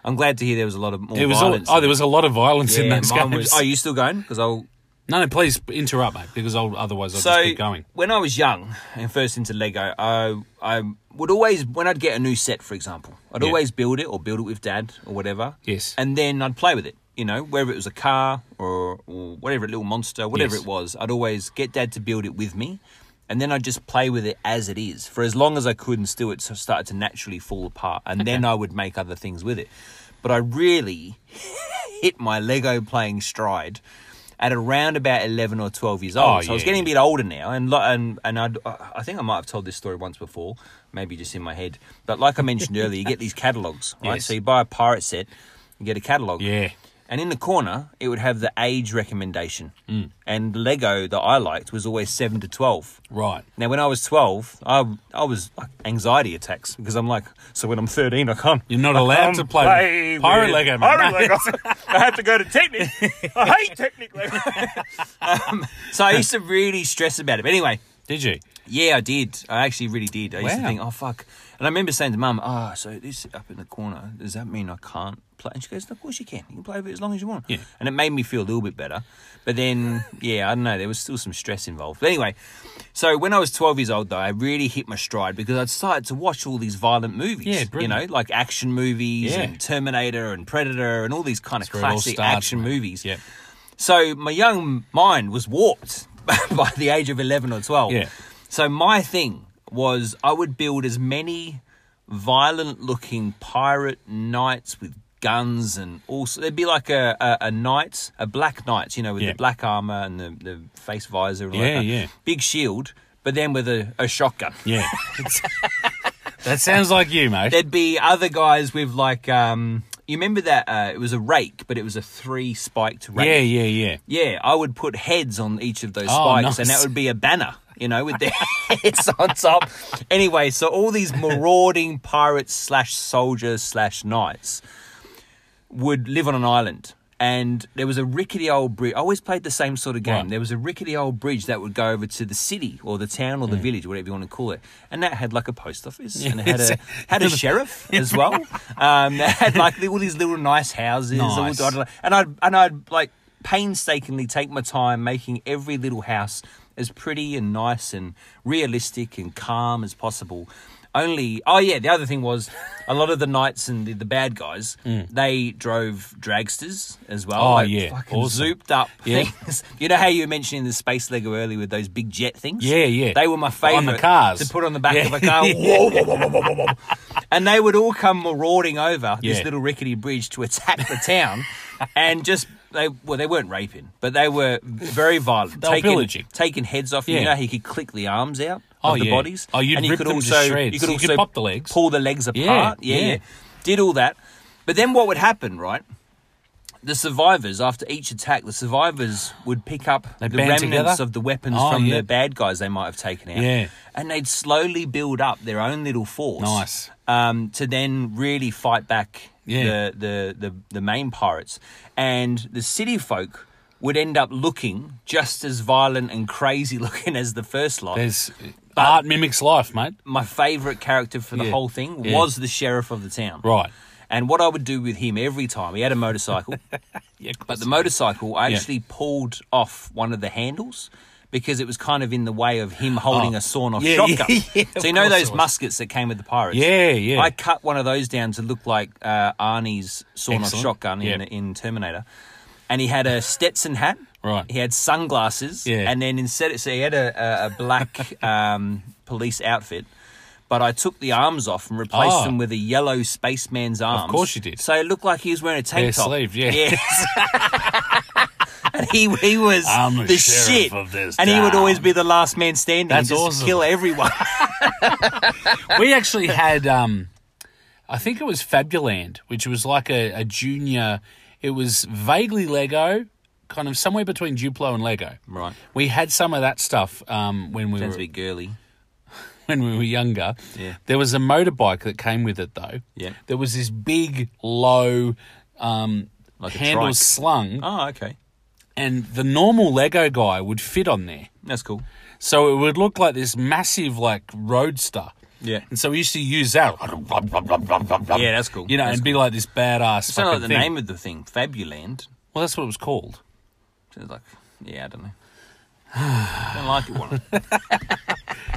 [SPEAKER 2] I'm glad to hear there was a lot of more
[SPEAKER 3] It was all,
[SPEAKER 2] violence.
[SPEAKER 3] oh, there was a lot of violence in
[SPEAKER 2] Yeah,
[SPEAKER 3] those
[SPEAKER 2] mine
[SPEAKER 3] games.
[SPEAKER 2] was- oh, you still going? Because I'll
[SPEAKER 3] no, no, please interrupt, mate, because I'll, otherwise I'll
[SPEAKER 2] so
[SPEAKER 3] just keep going.
[SPEAKER 2] when I was young and first into Lego, I I would always when I'd get a new set, for example, I'd
[SPEAKER 3] Yeah.
[SPEAKER 2] always build it or build it with dad or whatever.
[SPEAKER 3] Yes.
[SPEAKER 2] and then I'd play with it. You know, whether it was a car or, or whatever, a little monster, whatever
[SPEAKER 3] Yes.
[SPEAKER 2] it was, I'd always get dad to build it with me, and then I'd just play with it as it is for as long as I could, and still it sort of started to naturally fall apart, and then I would make other things with it. But I really hit my Lego playing stride at around about 11 or 12 years old.
[SPEAKER 3] Oh,
[SPEAKER 2] so I was
[SPEAKER 3] yeah,
[SPEAKER 2] getting a bit older now, and lo- and and I'd, I think I might have told this story once before, maybe just in my head. But like I mentioned earlier, you get these catalogs, right?
[SPEAKER 3] Yes.
[SPEAKER 2] So you buy a pirate set, you get a catalog,
[SPEAKER 3] Yeah.
[SPEAKER 2] and in the corner it would have the age recommendation. Mm. And Lego that I liked was always seven to 12.
[SPEAKER 3] Right.
[SPEAKER 2] Now, when I was 12, I, I was like, anxiety attacks because I'm like, so when I'm 13, I can't.
[SPEAKER 3] You're not allowed to play Pirate
[SPEAKER 2] with
[SPEAKER 3] Lego,
[SPEAKER 2] Pirate
[SPEAKER 3] mate.
[SPEAKER 2] Lego. I had to go to Technic. I hate Technic Lego. um, so I used to really stress about it. But anyway,
[SPEAKER 3] Did you?
[SPEAKER 2] yeah, I did. I actually really did. I used to
[SPEAKER 3] Wow.
[SPEAKER 2] think, oh, fuck. And I remember saying to mum, oh, so this up in the corner, does that mean I can't play? And she goes, of course you can. You can play with it as long as you want.
[SPEAKER 3] Yeah.
[SPEAKER 2] And it made me feel a little bit better. But then, yeah, I don't know. There was still some stress involved. But anyway, so when I was 12 years old, though, I really hit my stride because I'd started to watch all these violent movies.
[SPEAKER 3] Yeah,
[SPEAKER 2] You know,
[SPEAKER 3] brilliant.
[SPEAKER 2] like action movies
[SPEAKER 3] Yeah.
[SPEAKER 2] and Terminator and Predator and all these kind of
[SPEAKER 3] where it all
[SPEAKER 2] classic
[SPEAKER 3] starts,
[SPEAKER 2] action
[SPEAKER 3] mate.
[SPEAKER 2] movies.
[SPEAKER 3] Yeah.
[SPEAKER 2] So my young mind was warped by the age of 11 or 12.
[SPEAKER 3] Yeah.
[SPEAKER 2] So my thing was I would build as many violent looking pirate knights with guns and also there'd be like a, a, a knight, a black knight, you know, with
[SPEAKER 3] Yeah.
[SPEAKER 2] the black armor and the, the face visor and all
[SPEAKER 3] Yeah,
[SPEAKER 2] that. kind of-
[SPEAKER 3] yeah.
[SPEAKER 2] Big shield, but then with a, a shotgun.
[SPEAKER 3] Yeah. that sounds like you, mate.
[SPEAKER 2] There'd be other guys with like um you remember that uh, it was a rake, but it was a three spiked rake.
[SPEAKER 3] yeah, yeah, yeah.
[SPEAKER 2] Yeah, I would put heads on each of those
[SPEAKER 3] Oh,
[SPEAKER 2] spikes, and
[SPEAKER 3] nice.
[SPEAKER 2] that would be a banner, you know, with their heads on top. Anyway, so all these marauding pirates slash soldiers slash knights would live on an island. And there was a rickety old bridge. I always played the same sort of game.
[SPEAKER 3] Right.
[SPEAKER 2] There was a rickety old bridge that would go over to the city or the town
[SPEAKER 3] Mm.
[SPEAKER 2] or the village, whatever you want to call it. And that had like a post office and it had a had a sheriff as well. Um, it had like all these little nice houses, all
[SPEAKER 3] Nice.
[SPEAKER 2] dotted and I'd and I'd like painstakingly take my time making every little house as pretty and nice and realistic and calm as possible. Only oh yeah, the other thing was a lot of the knights and the, the bad guys they drove dragsters as well.
[SPEAKER 3] Mm. Oh,
[SPEAKER 2] like
[SPEAKER 3] yeah.
[SPEAKER 2] fucking
[SPEAKER 3] Awesome.
[SPEAKER 2] zooped up
[SPEAKER 3] Yeah.
[SPEAKER 2] things. You know how you were mentioning the space Lego earlier with those big jet things?
[SPEAKER 3] Yeah, yeah.
[SPEAKER 2] They were my favorite
[SPEAKER 3] On the cars.
[SPEAKER 2] to put on the back
[SPEAKER 3] Yeah.
[SPEAKER 2] of a car. Whoa, whoa, whoa, whoa, whoa, whoa, whoa. And they would all come marauding over this
[SPEAKER 3] Yeah.
[SPEAKER 2] little rickety bridge to attack the town, and just they well they weren't raping, but they were very violent.
[SPEAKER 3] They were
[SPEAKER 2] taking,
[SPEAKER 3] pillaging.
[SPEAKER 2] taking heads off.
[SPEAKER 3] Yeah.
[SPEAKER 2] You know he could click the arms out
[SPEAKER 3] Oh,
[SPEAKER 2] of the
[SPEAKER 3] yeah.
[SPEAKER 2] bodies.
[SPEAKER 3] Oh, you'd
[SPEAKER 2] and
[SPEAKER 3] rip
[SPEAKER 2] could
[SPEAKER 3] them to
[SPEAKER 2] also
[SPEAKER 3] shreds.
[SPEAKER 2] you could
[SPEAKER 3] You
[SPEAKER 2] also
[SPEAKER 3] could pop the legs.
[SPEAKER 2] pull the legs
[SPEAKER 3] Yeah,
[SPEAKER 2] apart. Yeah, yeah,
[SPEAKER 3] yeah.
[SPEAKER 2] did all that, but then what would happen, right? The survivors, after each attack, the survivors would pick up
[SPEAKER 3] They'd
[SPEAKER 2] the remnants
[SPEAKER 3] band together?
[SPEAKER 2] of the weapons
[SPEAKER 3] Oh,
[SPEAKER 2] from
[SPEAKER 3] yeah.
[SPEAKER 2] the bad guys they might have taken out.
[SPEAKER 3] Yeah.
[SPEAKER 2] And they'd slowly build up their own little force
[SPEAKER 3] Nice.
[SPEAKER 2] um, to then really fight back
[SPEAKER 3] Yeah.
[SPEAKER 2] the, the, the, the main pirates. And the city folk would end up looking just as violent and crazy looking as the first lot.
[SPEAKER 3] There's art mimics life, mate.
[SPEAKER 2] My favourite character for the
[SPEAKER 3] Yeah.
[SPEAKER 2] whole thing
[SPEAKER 3] Yeah.
[SPEAKER 2] was the sheriff of the town.
[SPEAKER 3] Right.
[SPEAKER 2] And what I would do with him every time, he had a motorcycle.
[SPEAKER 3] Yeah,
[SPEAKER 2] But the motorcycle, I actually pulled off one of the handles because it was kind of in the way of him holding a sawn off
[SPEAKER 3] Oh. Yeah,
[SPEAKER 2] shotgun.
[SPEAKER 3] yeah, yeah,
[SPEAKER 2] so,
[SPEAKER 3] of
[SPEAKER 2] you know
[SPEAKER 3] course
[SPEAKER 2] those
[SPEAKER 3] it was.
[SPEAKER 2] muskets that came with the pirates?
[SPEAKER 3] Yeah, yeah.
[SPEAKER 2] I cut one of those down to look like uh, Arnie's sawn off
[SPEAKER 3] Excellent.
[SPEAKER 2] shotgun in,
[SPEAKER 3] Yep.
[SPEAKER 2] in Terminator. And he had a Stetson hat.
[SPEAKER 3] Right.
[SPEAKER 2] He had sunglasses.
[SPEAKER 3] Yeah.
[SPEAKER 2] And then instead, so he had a, a, a black um, police outfit. But I took the arms off and replaced
[SPEAKER 3] Oh.
[SPEAKER 2] them with a yellow spaceman's arms.
[SPEAKER 3] course you did.
[SPEAKER 2] So it looked like he was wearing a tank
[SPEAKER 3] Bare
[SPEAKER 2] top.
[SPEAKER 3] sleeve, yeah.
[SPEAKER 2] Yes he he was
[SPEAKER 3] I'm the
[SPEAKER 2] the,
[SPEAKER 3] sheriff
[SPEAKER 2] shit,
[SPEAKER 3] of this
[SPEAKER 2] and he would
[SPEAKER 3] town.
[SPEAKER 2] always be the last man standing.
[SPEAKER 3] That's
[SPEAKER 2] He'd just
[SPEAKER 3] awesome.
[SPEAKER 2] Kill everyone.
[SPEAKER 3] we actually had um I think it was Fabuland, which was like a, a junior it was vaguely Lego, kind of somewhere between Duplo and Lego.
[SPEAKER 2] Right.
[SPEAKER 3] We had some of that stuff um, when we
[SPEAKER 2] Sounds a
[SPEAKER 3] were
[SPEAKER 2] bit girly.
[SPEAKER 3] when we were younger.
[SPEAKER 2] Yeah.
[SPEAKER 3] There was a motorbike that came with it though.
[SPEAKER 2] Yeah.
[SPEAKER 3] There was this big low um
[SPEAKER 2] Like a
[SPEAKER 3] handle
[SPEAKER 2] trike.
[SPEAKER 3] slung
[SPEAKER 2] Oh, okay,
[SPEAKER 3] and the normal Lego guy would fit on there.
[SPEAKER 2] that's cool.
[SPEAKER 3] So it would look like this massive like roadster.
[SPEAKER 2] Yeah.
[SPEAKER 3] And so we used to use that.
[SPEAKER 2] Yeah, that's cool.
[SPEAKER 3] You know,
[SPEAKER 2] That's
[SPEAKER 3] and be like this badass.
[SPEAKER 2] It's not
[SPEAKER 3] fucking
[SPEAKER 2] like the
[SPEAKER 3] thing.
[SPEAKER 2] name of the thing, Fabuland.
[SPEAKER 3] Well, that's what it was called.
[SPEAKER 2] So it's like, yeah, I don't know. don't like it, Warren.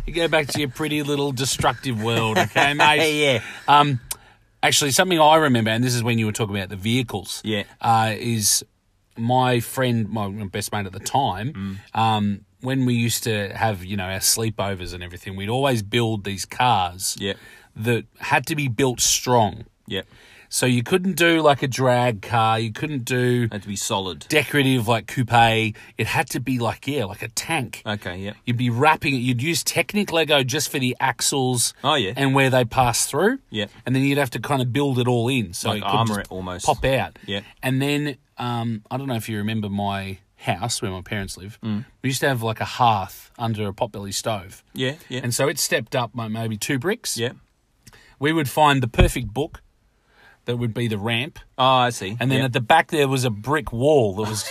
[SPEAKER 3] You go back to your pretty little destructive world, okay, mate?
[SPEAKER 2] yeah.
[SPEAKER 3] Actually, something I remember, and this is when you were talking about the vehicles.
[SPEAKER 2] Yeah.
[SPEAKER 3] uh, is my friend, my best mate at the time.
[SPEAKER 2] Mm.
[SPEAKER 3] Um, when we used to have you know our sleepovers and everything, we'd always build these cars.
[SPEAKER 2] Yeah.
[SPEAKER 3] that had to be built strong.
[SPEAKER 2] Yeah.
[SPEAKER 3] So you couldn't do like a drag car. You couldn't do
[SPEAKER 2] Had to be solid.
[SPEAKER 3] decorative like coupe. It had to be like yeah, like a tank.
[SPEAKER 2] Okay, yeah.
[SPEAKER 3] You'd be wrapping it. You'd use Technic Lego just for the axles.
[SPEAKER 2] Oh, yeah.
[SPEAKER 3] and where they pass through.
[SPEAKER 2] Yeah.
[SPEAKER 3] and then you'd have to kind of build it all in, so
[SPEAKER 2] Like
[SPEAKER 3] it could
[SPEAKER 2] armour
[SPEAKER 3] just
[SPEAKER 2] it almost.
[SPEAKER 3] pop out.
[SPEAKER 2] Yeah.
[SPEAKER 3] and then um, I don't know if you remember my house where my parents live. We used to have like a hearth under a potbelly stove,
[SPEAKER 2] Mm. Yeah, yeah.
[SPEAKER 3] and so it stepped up by maybe two bricks.
[SPEAKER 2] yeah.
[SPEAKER 3] we would find the perfect book. That would be the ramp,
[SPEAKER 2] Oh, I see.
[SPEAKER 3] and then
[SPEAKER 2] yeah.
[SPEAKER 3] at the back there was a brick wall that was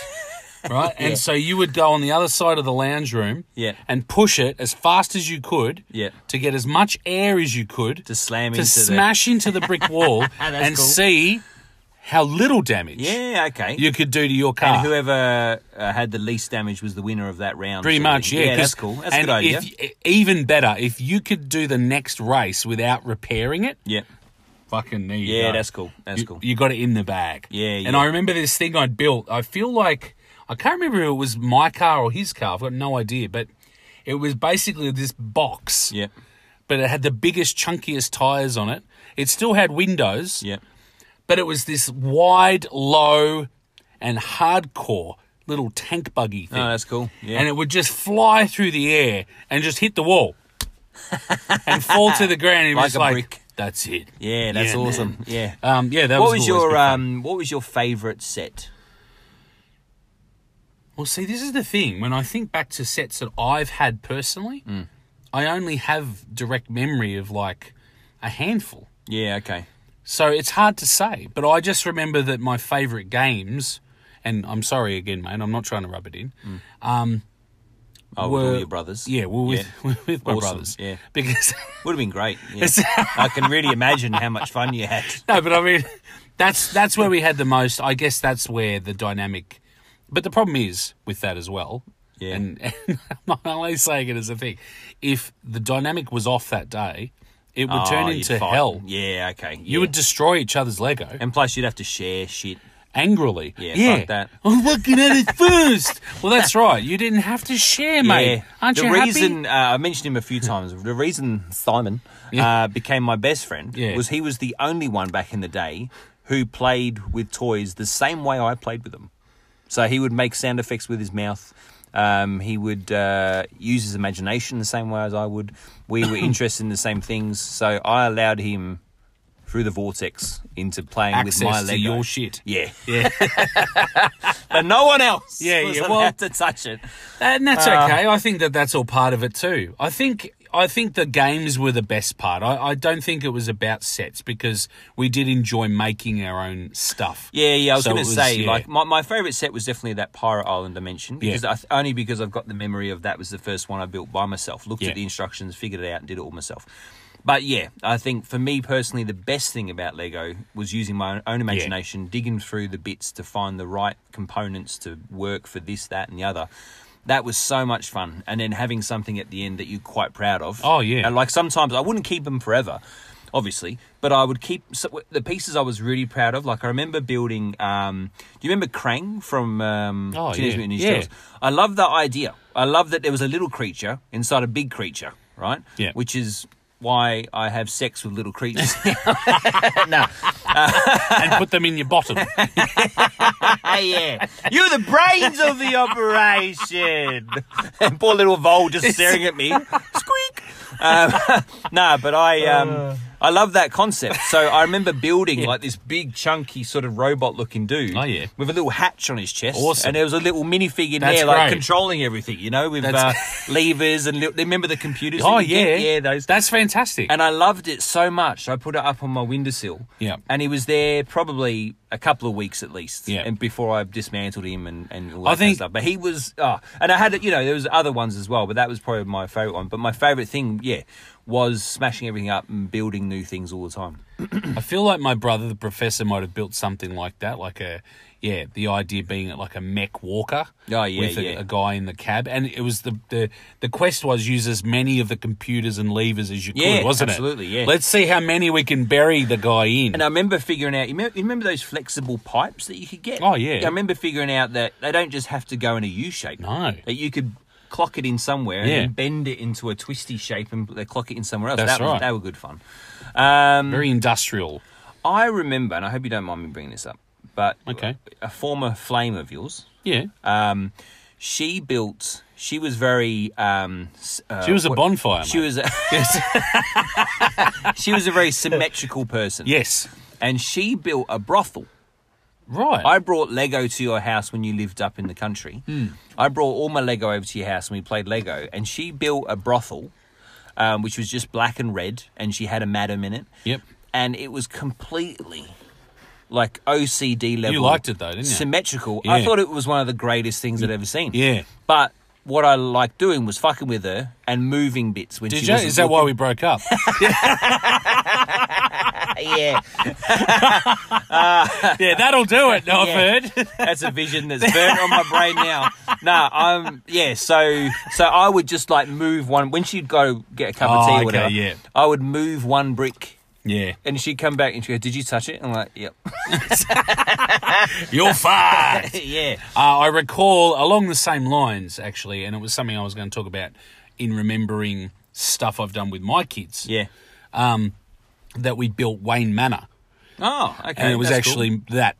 [SPEAKER 3] right. And so you would go on the other side of the lounge room,
[SPEAKER 2] Yeah.
[SPEAKER 3] and push it as fast as you could,
[SPEAKER 2] Yeah.
[SPEAKER 3] to get as much air as you could
[SPEAKER 2] to slam
[SPEAKER 3] to
[SPEAKER 2] into
[SPEAKER 3] smash into the brick wall and
[SPEAKER 2] cool.
[SPEAKER 3] see how little damage
[SPEAKER 2] the. Yeah, okay.
[SPEAKER 3] you could do to your car.
[SPEAKER 2] and whoever uh, had the least damage was the winner of that round.
[SPEAKER 3] Pretty
[SPEAKER 2] sort of
[SPEAKER 3] much,
[SPEAKER 2] thing.
[SPEAKER 3] yeah.
[SPEAKER 2] that's
[SPEAKER 3] 'cause-
[SPEAKER 2] cool. That's a
[SPEAKER 3] and
[SPEAKER 2] good idea.
[SPEAKER 3] If, even better, if you could do the next race without repairing it,
[SPEAKER 2] yeah,
[SPEAKER 3] fucking there you
[SPEAKER 2] yeah,
[SPEAKER 3] go.
[SPEAKER 2] that's cool. That's
[SPEAKER 3] you,
[SPEAKER 2] cool.
[SPEAKER 3] You got it in the bag.
[SPEAKER 2] Yeah,
[SPEAKER 3] And
[SPEAKER 2] yeah.
[SPEAKER 3] I remember this thing I'd built. I feel like I can't remember if it was my car or his car. I've got no idea, but it was basically this box.
[SPEAKER 2] yeah,
[SPEAKER 3] But it had the biggest, chunkiest tires on it. It still had windows.
[SPEAKER 2] yeah,
[SPEAKER 3] but it was this wide, low, and hardcore little tank buggy thing.
[SPEAKER 2] Oh, that's cool. Yeah.
[SPEAKER 3] And it would just fly through the air and just hit the wall and fall to the ground. And it
[SPEAKER 2] Like
[SPEAKER 3] was
[SPEAKER 2] a
[SPEAKER 3] like,
[SPEAKER 2] brick.
[SPEAKER 3] that's it.
[SPEAKER 2] yeah. That's
[SPEAKER 3] man.
[SPEAKER 2] awesome. Yeah.
[SPEAKER 3] Um, yeah, that
[SPEAKER 2] what
[SPEAKER 3] was
[SPEAKER 2] was
[SPEAKER 3] always
[SPEAKER 2] your
[SPEAKER 3] been fun.
[SPEAKER 2] um? What was your favorite set?
[SPEAKER 3] Well, see, this is the thing. When I think back to sets that I've had personally,
[SPEAKER 2] Mm.
[SPEAKER 3] I only have direct memory of like a handful.
[SPEAKER 2] Yeah. Okay.
[SPEAKER 3] So it's hard to say, but I just remember that my favourite games, and I'm sorry again, mate, I'm not trying to rub it in.
[SPEAKER 2] Mm. Oh, with all your brothers.
[SPEAKER 3] Yeah, well, with, with my
[SPEAKER 2] Awesome,
[SPEAKER 3] brothers.
[SPEAKER 2] yeah.
[SPEAKER 3] Because,
[SPEAKER 2] Would have been great. yeah. I can really imagine how much fun you had.
[SPEAKER 3] no, but I mean, that's, that's where we had the most, I guess that's where the dynamic, but the problem is with that as well,
[SPEAKER 2] Yeah.
[SPEAKER 3] and, and I'm only saying it as a thing, if the dynamic was off that day, it would
[SPEAKER 2] Oh,
[SPEAKER 3] turn
[SPEAKER 2] you'd
[SPEAKER 3] into
[SPEAKER 2] fight.
[SPEAKER 3] hell.
[SPEAKER 2] Yeah. Okay.
[SPEAKER 3] You would destroy each other's Lego.
[SPEAKER 2] And plus, you'd have to share shit.
[SPEAKER 3] angrily.
[SPEAKER 2] Yeah, fuck that.
[SPEAKER 3] I'm looking at it first. well, that's right. You didn't have to share, mate.
[SPEAKER 2] Yeah.
[SPEAKER 3] Aren't
[SPEAKER 2] the
[SPEAKER 3] you
[SPEAKER 2] reason
[SPEAKER 3] happy?
[SPEAKER 2] uh, I mentioned him a few times. The reason Simon uh, became my best friend
[SPEAKER 3] Yeah.
[SPEAKER 2] was he was the only one back in the day who played with toys the same way I played with them. So he would make sound effects with his mouth. Um, he would uh, use his imagination the same way as I would. We were interested in the same things, so I allowed him through the vortex into playing
[SPEAKER 3] Access
[SPEAKER 2] with my
[SPEAKER 3] to
[SPEAKER 2] Lego.
[SPEAKER 3] your shit.
[SPEAKER 2] Yeah, yeah. but no one else.
[SPEAKER 3] Yeah,
[SPEAKER 2] was
[SPEAKER 3] yeah,
[SPEAKER 2] allowed
[SPEAKER 3] well-
[SPEAKER 2] to touch it.
[SPEAKER 3] And that's
[SPEAKER 2] Uh,
[SPEAKER 3] okay. I think that that's all part of it too. I think I think the games were the best part. I, I don't think it was about sets because we did enjoy making our own stuff.
[SPEAKER 2] Yeah, yeah. I was
[SPEAKER 3] So
[SPEAKER 2] going
[SPEAKER 3] it
[SPEAKER 2] to say,
[SPEAKER 3] yeah.
[SPEAKER 2] like, my, my favorite set was definitely that Pirate Island dimension because I th- only because I've got the memory of that was the first one I built by myself. Looked
[SPEAKER 3] Yeah.
[SPEAKER 2] at the instructions, figured it out, and did it all myself. But yeah, I think for me personally, the best thing about Lego was using my own, own imagination, digging through the bits to find the right components to work for this, that, and the other. That was so much fun, and then having something at the end that you're quite proud of.
[SPEAKER 3] Oh, yeah.
[SPEAKER 2] and like sometimes I wouldn't keep them forever, obviously, but I would keep so, the pieces I was really proud of. Like I remember building. Um, do you remember Krang from um,
[SPEAKER 3] Oh,
[SPEAKER 2] Teenage
[SPEAKER 3] yeah.
[SPEAKER 2] Mutant Ninja
[SPEAKER 3] Yeah.
[SPEAKER 2] Turtles? I love that idea. I love that there was a little creature inside a big creature, right?
[SPEAKER 3] Yeah.
[SPEAKER 2] Which is why I have sex with little creatures.
[SPEAKER 3] and put them in your bottom.
[SPEAKER 2] yeah. You're the brains of the operation. and poor little Vol just staring at me. Squeak. Um, nah, but I
[SPEAKER 3] Uh.
[SPEAKER 2] um, I love that concept. So I remember building like this big, chunky, sort of robot looking dude.
[SPEAKER 3] Oh, yeah.
[SPEAKER 2] With a little hatch on his chest.
[SPEAKER 3] Awesome.
[SPEAKER 2] And there was a little minifig in
[SPEAKER 3] That's
[SPEAKER 2] there, like
[SPEAKER 3] great.
[SPEAKER 2] controlling everything, you know, with uh,
[SPEAKER 3] That's-
[SPEAKER 2] levers and li- remember the computers? that
[SPEAKER 3] oh
[SPEAKER 2] you get?
[SPEAKER 3] yeah,
[SPEAKER 2] Yeah, those.
[SPEAKER 3] That's fantastic.
[SPEAKER 2] And I loved it so much. I put it up on my windowsill.
[SPEAKER 3] Yeah.
[SPEAKER 2] And he was there probably a couple of weeks at least.
[SPEAKER 3] Yeah.
[SPEAKER 2] And before I dismantled him and, and all that kind
[SPEAKER 3] I
[SPEAKER 2] of
[SPEAKER 3] think-
[SPEAKER 2] stuff. But he ah. was, oh, and I had, you know, there was other ones as well, but that was probably my favorite one. But my favorite thing, yeah, was smashing everything up and building new things all the time.
[SPEAKER 3] I feel like my brother, the professor, might have built something like that, like a yeah, the idea being like a mech walker.
[SPEAKER 2] Oh, yeah,
[SPEAKER 3] with a,
[SPEAKER 2] yeah.
[SPEAKER 3] a guy in the cab, and it was the, the the quest was use as many of the computers and levers as you
[SPEAKER 2] Yeah,
[SPEAKER 3] could, wasn't
[SPEAKER 2] absolutely,
[SPEAKER 3] it?
[SPEAKER 2] yeah.
[SPEAKER 3] Let's see how many we can bury the guy in.
[SPEAKER 2] And I remember figuring out, you remember, you remember those flexible pipes that you could get?
[SPEAKER 3] Oh, yeah.
[SPEAKER 2] I remember figuring out that they don't just have to go in a U shape.
[SPEAKER 3] No.
[SPEAKER 2] That you could clock it in somewhere and
[SPEAKER 3] Yeah.
[SPEAKER 2] then bend it into a twisty shape and they clock it in somewhere else.
[SPEAKER 3] That's
[SPEAKER 2] that was,
[SPEAKER 3] right.
[SPEAKER 2] They were good fun. Um,
[SPEAKER 3] Very industrial.
[SPEAKER 2] I remember, and I hope you don't mind me bringing this up, but
[SPEAKER 3] Okay.
[SPEAKER 2] a former flame of yours,
[SPEAKER 3] Yeah,
[SPEAKER 2] um, she built, she was very. Um, s- uh,
[SPEAKER 3] she was a
[SPEAKER 2] what-
[SPEAKER 3] bonfire.
[SPEAKER 2] She
[SPEAKER 3] mate.
[SPEAKER 2] was a, she was a very symmetrical person.
[SPEAKER 3] yes,
[SPEAKER 2] And she built a brothel.
[SPEAKER 3] right.
[SPEAKER 2] I brought Lego to your house when you lived up in the country.
[SPEAKER 3] Hmm.
[SPEAKER 2] I brought all my Lego over to your house and we played Lego. And she built a brothel, um, which was just black and red, and she had a madam in it.
[SPEAKER 3] yep.
[SPEAKER 2] And it was completely like OCD level.
[SPEAKER 3] liked it though, didn't you?
[SPEAKER 2] Symmetrical. I
[SPEAKER 3] Yeah.
[SPEAKER 2] thought it was one of the greatest things I'd ever seen.
[SPEAKER 3] Yeah.
[SPEAKER 2] But what I liked doing was fucking with her and moving bits when
[SPEAKER 3] Did
[SPEAKER 2] she
[SPEAKER 3] you?
[SPEAKER 2] wasn't
[SPEAKER 3] Is that
[SPEAKER 2] looking.
[SPEAKER 3] why we broke up?
[SPEAKER 2] Yeah.
[SPEAKER 3] yeah, that'll do it. No,
[SPEAKER 2] Yeah.
[SPEAKER 3] I've heard.
[SPEAKER 2] That's a vision that's burnt on my brain now. Nah, I'm yeah. So so I would just like move one when she'd go get a cup of
[SPEAKER 3] Oh,
[SPEAKER 2] tea
[SPEAKER 3] okay,
[SPEAKER 2] or whatever.
[SPEAKER 3] yeah.
[SPEAKER 2] I would move one brick.
[SPEAKER 3] yeah,
[SPEAKER 2] And she'd come back and she'd go, Did you touch it? And I'm like, Yep.
[SPEAKER 3] you're fired.
[SPEAKER 2] yeah.
[SPEAKER 3] Uh, I recall along the same lines, actually, and it was something I was going to talk about in remembering stuff I've done with my kids.
[SPEAKER 2] Yeah.
[SPEAKER 3] That we built Wayne Manor.
[SPEAKER 2] Oh, okay.
[SPEAKER 3] And it was
[SPEAKER 2] that's cool.
[SPEAKER 3] actually that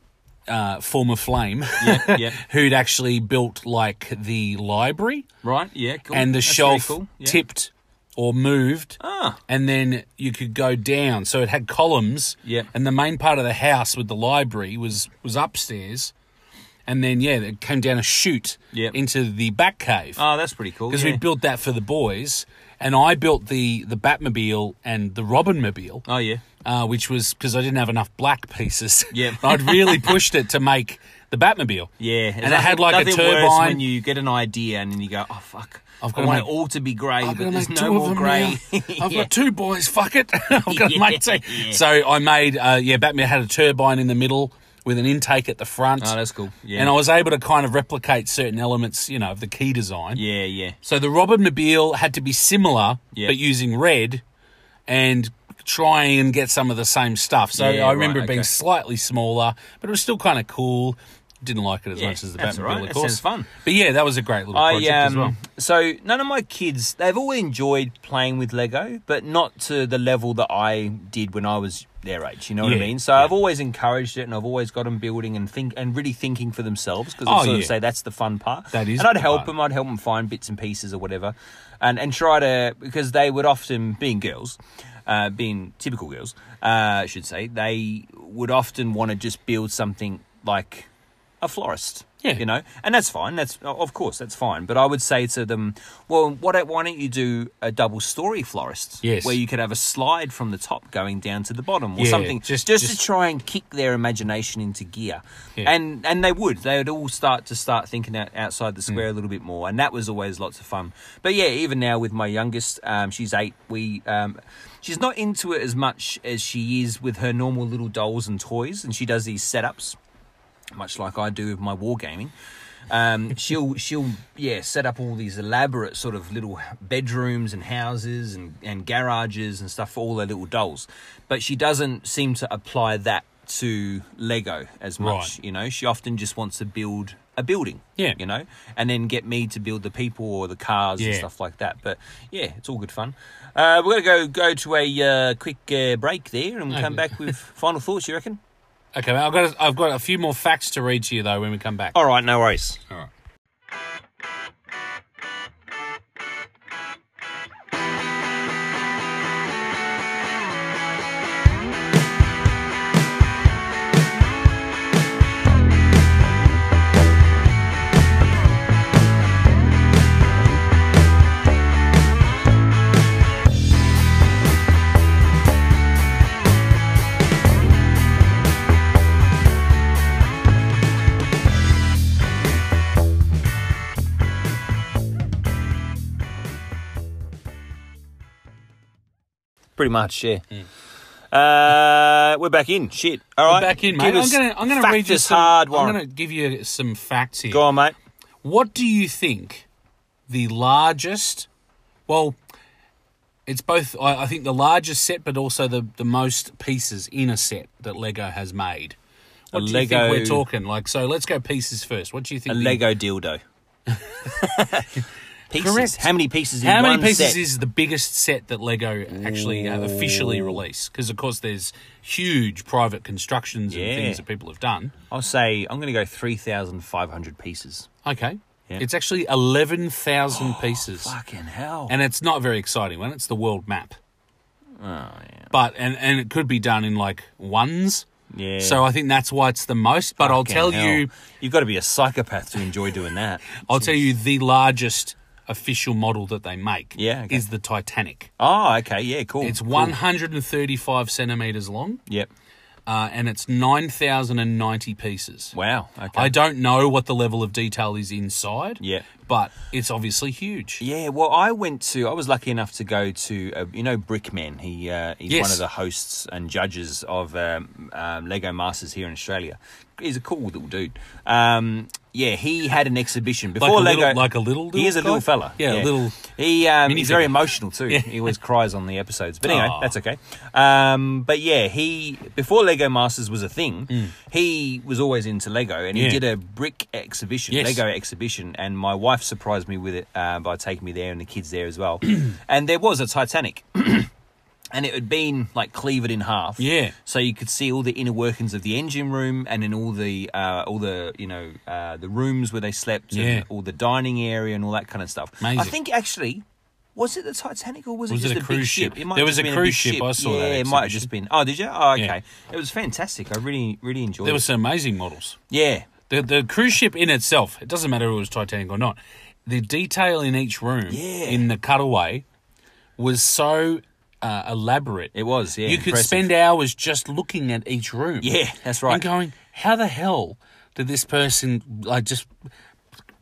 [SPEAKER 3] uh, former flame
[SPEAKER 2] yeah.
[SPEAKER 3] who'd actually built, like, the library
[SPEAKER 2] Right, yeah, cool.
[SPEAKER 3] and the
[SPEAKER 2] That's really
[SPEAKER 3] shelf
[SPEAKER 2] cool. Yeah.
[SPEAKER 3] tipped or moved.
[SPEAKER 2] Ah.
[SPEAKER 3] And then you could go down. So it had columns.
[SPEAKER 2] Yeah.
[SPEAKER 3] And the main part of the house with the library was, was upstairs. And then, yeah, it came down a chute
[SPEAKER 2] Yep.
[SPEAKER 3] into the back cave.
[SPEAKER 2] Oh, that's pretty cool.
[SPEAKER 3] because
[SPEAKER 2] yeah.
[SPEAKER 3] we built that for the boys, and I built the the Batmobile and the Robinmobile,
[SPEAKER 2] Oh yeah.
[SPEAKER 3] uh, which was because I didn't have enough black pieces.
[SPEAKER 2] Yeah.
[SPEAKER 3] I'd really pushed it to make the Batmobile.
[SPEAKER 2] Yeah.
[SPEAKER 3] and
[SPEAKER 2] There's
[SPEAKER 3] it
[SPEAKER 2] nothing-
[SPEAKER 3] had like a
[SPEAKER 2] nothing worse
[SPEAKER 3] turbine.
[SPEAKER 2] when you get an idea and then you go, Oh fuck.
[SPEAKER 3] I've
[SPEAKER 2] I've got
[SPEAKER 3] gotta
[SPEAKER 2] I want
[SPEAKER 3] make-
[SPEAKER 2] it all to be grey,
[SPEAKER 3] I'm
[SPEAKER 2] but
[SPEAKER 3] gonna
[SPEAKER 2] there's
[SPEAKER 3] make
[SPEAKER 2] no
[SPEAKER 3] two of
[SPEAKER 2] more
[SPEAKER 3] them
[SPEAKER 2] grey.
[SPEAKER 3] now. I've
[SPEAKER 2] Yeah.
[SPEAKER 3] got two boys. Fuck it. I've got to
[SPEAKER 2] Yeah,
[SPEAKER 3] make two.
[SPEAKER 2] yeah.
[SPEAKER 3] So I made uh, yeah, Batman had a turbine in the middle with an intake at the front.
[SPEAKER 2] Oh, that's cool. Yeah.
[SPEAKER 3] And I was able to kind of replicate certain elements, you know, of the key design.
[SPEAKER 2] Yeah, yeah.
[SPEAKER 3] So the Robin Mobile had to be similar,
[SPEAKER 2] Yeah.
[SPEAKER 3] but using red, and try and get some of the same stuff. So
[SPEAKER 2] Yeah,
[SPEAKER 3] I remember
[SPEAKER 2] right,
[SPEAKER 3] it being
[SPEAKER 2] okay.
[SPEAKER 3] slightly smaller, but it was still kind of cool. Didn't like it as
[SPEAKER 2] Yeah,
[SPEAKER 3] much as the
[SPEAKER 2] that's all
[SPEAKER 3] Batmobile,
[SPEAKER 2] right.
[SPEAKER 3] of
[SPEAKER 2] That
[SPEAKER 3] course.
[SPEAKER 2] sounds fun.
[SPEAKER 3] But yeah, that was a great little
[SPEAKER 2] I
[SPEAKER 3] project
[SPEAKER 2] um,
[SPEAKER 3] as well.
[SPEAKER 2] so none of my kids they've all enjoyed playing with Lego, but not to the level that I did when I was their age. You know what
[SPEAKER 3] Yeah,
[SPEAKER 2] I mean? So I've always encouraged it, and I've always got them building and think and really thinking for themselves because I
[SPEAKER 3] Oh,
[SPEAKER 2] sort
[SPEAKER 3] yeah.
[SPEAKER 2] of say that's the fun part.
[SPEAKER 3] That is
[SPEAKER 2] and I'd
[SPEAKER 3] the
[SPEAKER 2] help
[SPEAKER 3] part.
[SPEAKER 2] them. I'd help them find bits and pieces or whatever, and and try to because they would often being girls. Uh, being typical girls, uh, I should say, they would often want to just build something like a florist.
[SPEAKER 3] Yeah.
[SPEAKER 2] You know, and that's fine. That's of course that's fine. But I would say to them, well, what, why don't you do a double story florist?
[SPEAKER 3] Yes.
[SPEAKER 2] Where you could have a slide from the top going down to the bottom or
[SPEAKER 3] Yeah,
[SPEAKER 2] something,
[SPEAKER 3] just-
[SPEAKER 2] just,
[SPEAKER 3] just-
[SPEAKER 2] to try and kick their imagination into gear.
[SPEAKER 3] Yeah.
[SPEAKER 2] And and they would. They would all start to start thinking out, outside the
[SPEAKER 3] Mm.
[SPEAKER 2] square a little bit more. And that was always lots of fun. But yeah, even now with my youngest, um, she's eight. We um, she's not into it as much as she is with her normal little dolls and toys, and she does these setups much like I do with my wargaming. Um, she'll she'll yeah set up all these elaborate sort of little bedrooms and houses and, and garages and stuff for all their little dolls, but she doesn't seem to apply that to Lego as much.
[SPEAKER 3] Right.
[SPEAKER 2] You know, she often just wants to build a building.
[SPEAKER 3] Yeah.
[SPEAKER 2] you know, and then get me to build the people or the cars and
[SPEAKER 3] Yeah.
[SPEAKER 2] stuff like that. But yeah, it's all good fun. Uh, we're gonna go go to a uh, quick uh, break there and
[SPEAKER 3] Oh,
[SPEAKER 2] we'll come back with final thoughts. You reckon?
[SPEAKER 3] Okay, I've got a, I've got a few more facts to read to you though when we come back.
[SPEAKER 2] All right, no worries. pretty much, yeah. Uh, we're back in. Shit. All right.
[SPEAKER 3] Hmm. Back in, mate.
[SPEAKER 2] Give
[SPEAKER 3] I'm
[SPEAKER 2] us
[SPEAKER 3] gonna I'm gonna
[SPEAKER 2] fact
[SPEAKER 3] read you
[SPEAKER 2] us
[SPEAKER 3] some
[SPEAKER 2] hard
[SPEAKER 3] I'm
[SPEAKER 2] one.
[SPEAKER 3] gonna give you some facts here.
[SPEAKER 2] Go on, mate.
[SPEAKER 3] What do you think the largest? Well, it's both. I, I think the largest set, but also the the most pieces in a set that Lego has made. What
[SPEAKER 2] A
[SPEAKER 3] do you
[SPEAKER 2] Lego-
[SPEAKER 3] think we're talking? Like, so let's go pieces first. What do you think?
[SPEAKER 2] A
[SPEAKER 3] the-
[SPEAKER 2] Lego dildo. pieces.
[SPEAKER 3] Correct.
[SPEAKER 2] How many pieces? In
[SPEAKER 3] How many
[SPEAKER 2] one
[SPEAKER 3] pieces
[SPEAKER 2] set?
[SPEAKER 3] is the biggest set that Lego actually uh,
[SPEAKER 2] Mm.
[SPEAKER 3] officially released? Because of course, there's huge private constructions and
[SPEAKER 2] Yeah.
[SPEAKER 3] things that people have done.
[SPEAKER 2] I'll say I'm going to go three thousand five hundred pieces.
[SPEAKER 3] Okay, it's actually eleven thousand
[SPEAKER 2] Oh,
[SPEAKER 3] pieces.
[SPEAKER 2] Fucking hell.
[SPEAKER 3] and it's not a very exciting one. It's the world map.
[SPEAKER 2] Oh,
[SPEAKER 3] But and and it could be done in like ones.
[SPEAKER 2] yeah.
[SPEAKER 3] So I think that's why it's the most. But I'll
[SPEAKER 2] Fucking
[SPEAKER 3] tell
[SPEAKER 2] hell.
[SPEAKER 3] you,
[SPEAKER 2] you've got to be a psychopath to enjoy doing that.
[SPEAKER 3] I'll tell you the largest official model that they make.
[SPEAKER 2] Yeah, okay.
[SPEAKER 3] is the Titanic.
[SPEAKER 2] Oh, okay. Yeah, cool.
[SPEAKER 3] It's
[SPEAKER 2] cool.
[SPEAKER 3] 135 centimeters long,
[SPEAKER 2] Yep.
[SPEAKER 3] uh, and it's 9,090 pieces.
[SPEAKER 2] Wow. Okay.
[SPEAKER 3] I don't know what the level of detail is inside.
[SPEAKER 2] Yeah.
[SPEAKER 3] but it's obviously huge.
[SPEAKER 2] Yeah, well, I went to. I was lucky enough to go to. Uh, you know, Brickman. He uh, he's
[SPEAKER 3] Yes.
[SPEAKER 2] one of the hosts and judges of um, um, Lego Masters here in Australia. He's a cool little dude. Um, yeah, he had an exhibition before
[SPEAKER 3] a
[SPEAKER 2] Lego.
[SPEAKER 3] little- like a little
[SPEAKER 2] he is a
[SPEAKER 3] little
[SPEAKER 2] little
[SPEAKER 3] guy?
[SPEAKER 2] fella.
[SPEAKER 3] Yeah, a little
[SPEAKER 2] He um, he's very
[SPEAKER 3] minifigure. Ah.
[SPEAKER 2] emotional too. He always cries on the episodes. But anyway,
[SPEAKER 3] Aw.
[SPEAKER 2] that's okay. Um, but yeah, he before Lego Masters was a thing, he was always into Lego, and he
[SPEAKER 3] Mm. Yeah.
[SPEAKER 2] did a brick exhibition,
[SPEAKER 3] Yes.
[SPEAKER 2] Lego exhibition, and my wife surprised me with it uh, by taking me there and the kids there as well. and there was a Titanic. And it had been like cleavered in half,
[SPEAKER 3] Yeah.
[SPEAKER 2] So you could see all the inner workings of the engine room, and in all the uh, all the you know uh, the rooms where they slept,
[SPEAKER 3] Yeah.
[SPEAKER 2] and all the dining area, and all that kind of stuff. I
[SPEAKER 3] Amazing.
[SPEAKER 2] think actually, was it the Titanic or was,
[SPEAKER 3] Was
[SPEAKER 2] it
[SPEAKER 3] it
[SPEAKER 2] just
[SPEAKER 3] a
[SPEAKER 2] a, big
[SPEAKER 3] cruise
[SPEAKER 2] ship?
[SPEAKER 3] ship?
[SPEAKER 2] It might
[SPEAKER 3] There
[SPEAKER 2] have
[SPEAKER 3] was
[SPEAKER 2] just
[SPEAKER 3] a
[SPEAKER 2] been
[SPEAKER 3] cruise
[SPEAKER 2] big
[SPEAKER 3] ship. I saw
[SPEAKER 2] yeah,
[SPEAKER 3] that
[SPEAKER 2] it might have just been. Oh, did you? Oh, okay.
[SPEAKER 3] Yeah.
[SPEAKER 2] It was fantastic. I really, really enjoyed
[SPEAKER 3] There were
[SPEAKER 2] it.
[SPEAKER 3] some amazing models.
[SPEAKER 2] yeah,
[SPEAKER 3] The the cruise ship in itself, it doesn't matter if it was Titanic or not. The detail in each room
[SPEAKER 2] Yeah.
[SPEAKER 3] in the cutaway was so uh, elaborate.
[SPEAKER 2] it was. Yeah,
[SPEAKER 3] you could
[SPEAKER 2] impressive.
[SPEAKER 3] spend hours just looking at each room.
[SPEAKER 2] Yeah, that's right.
[SPEAKER 3] And going, how the hell did this person like just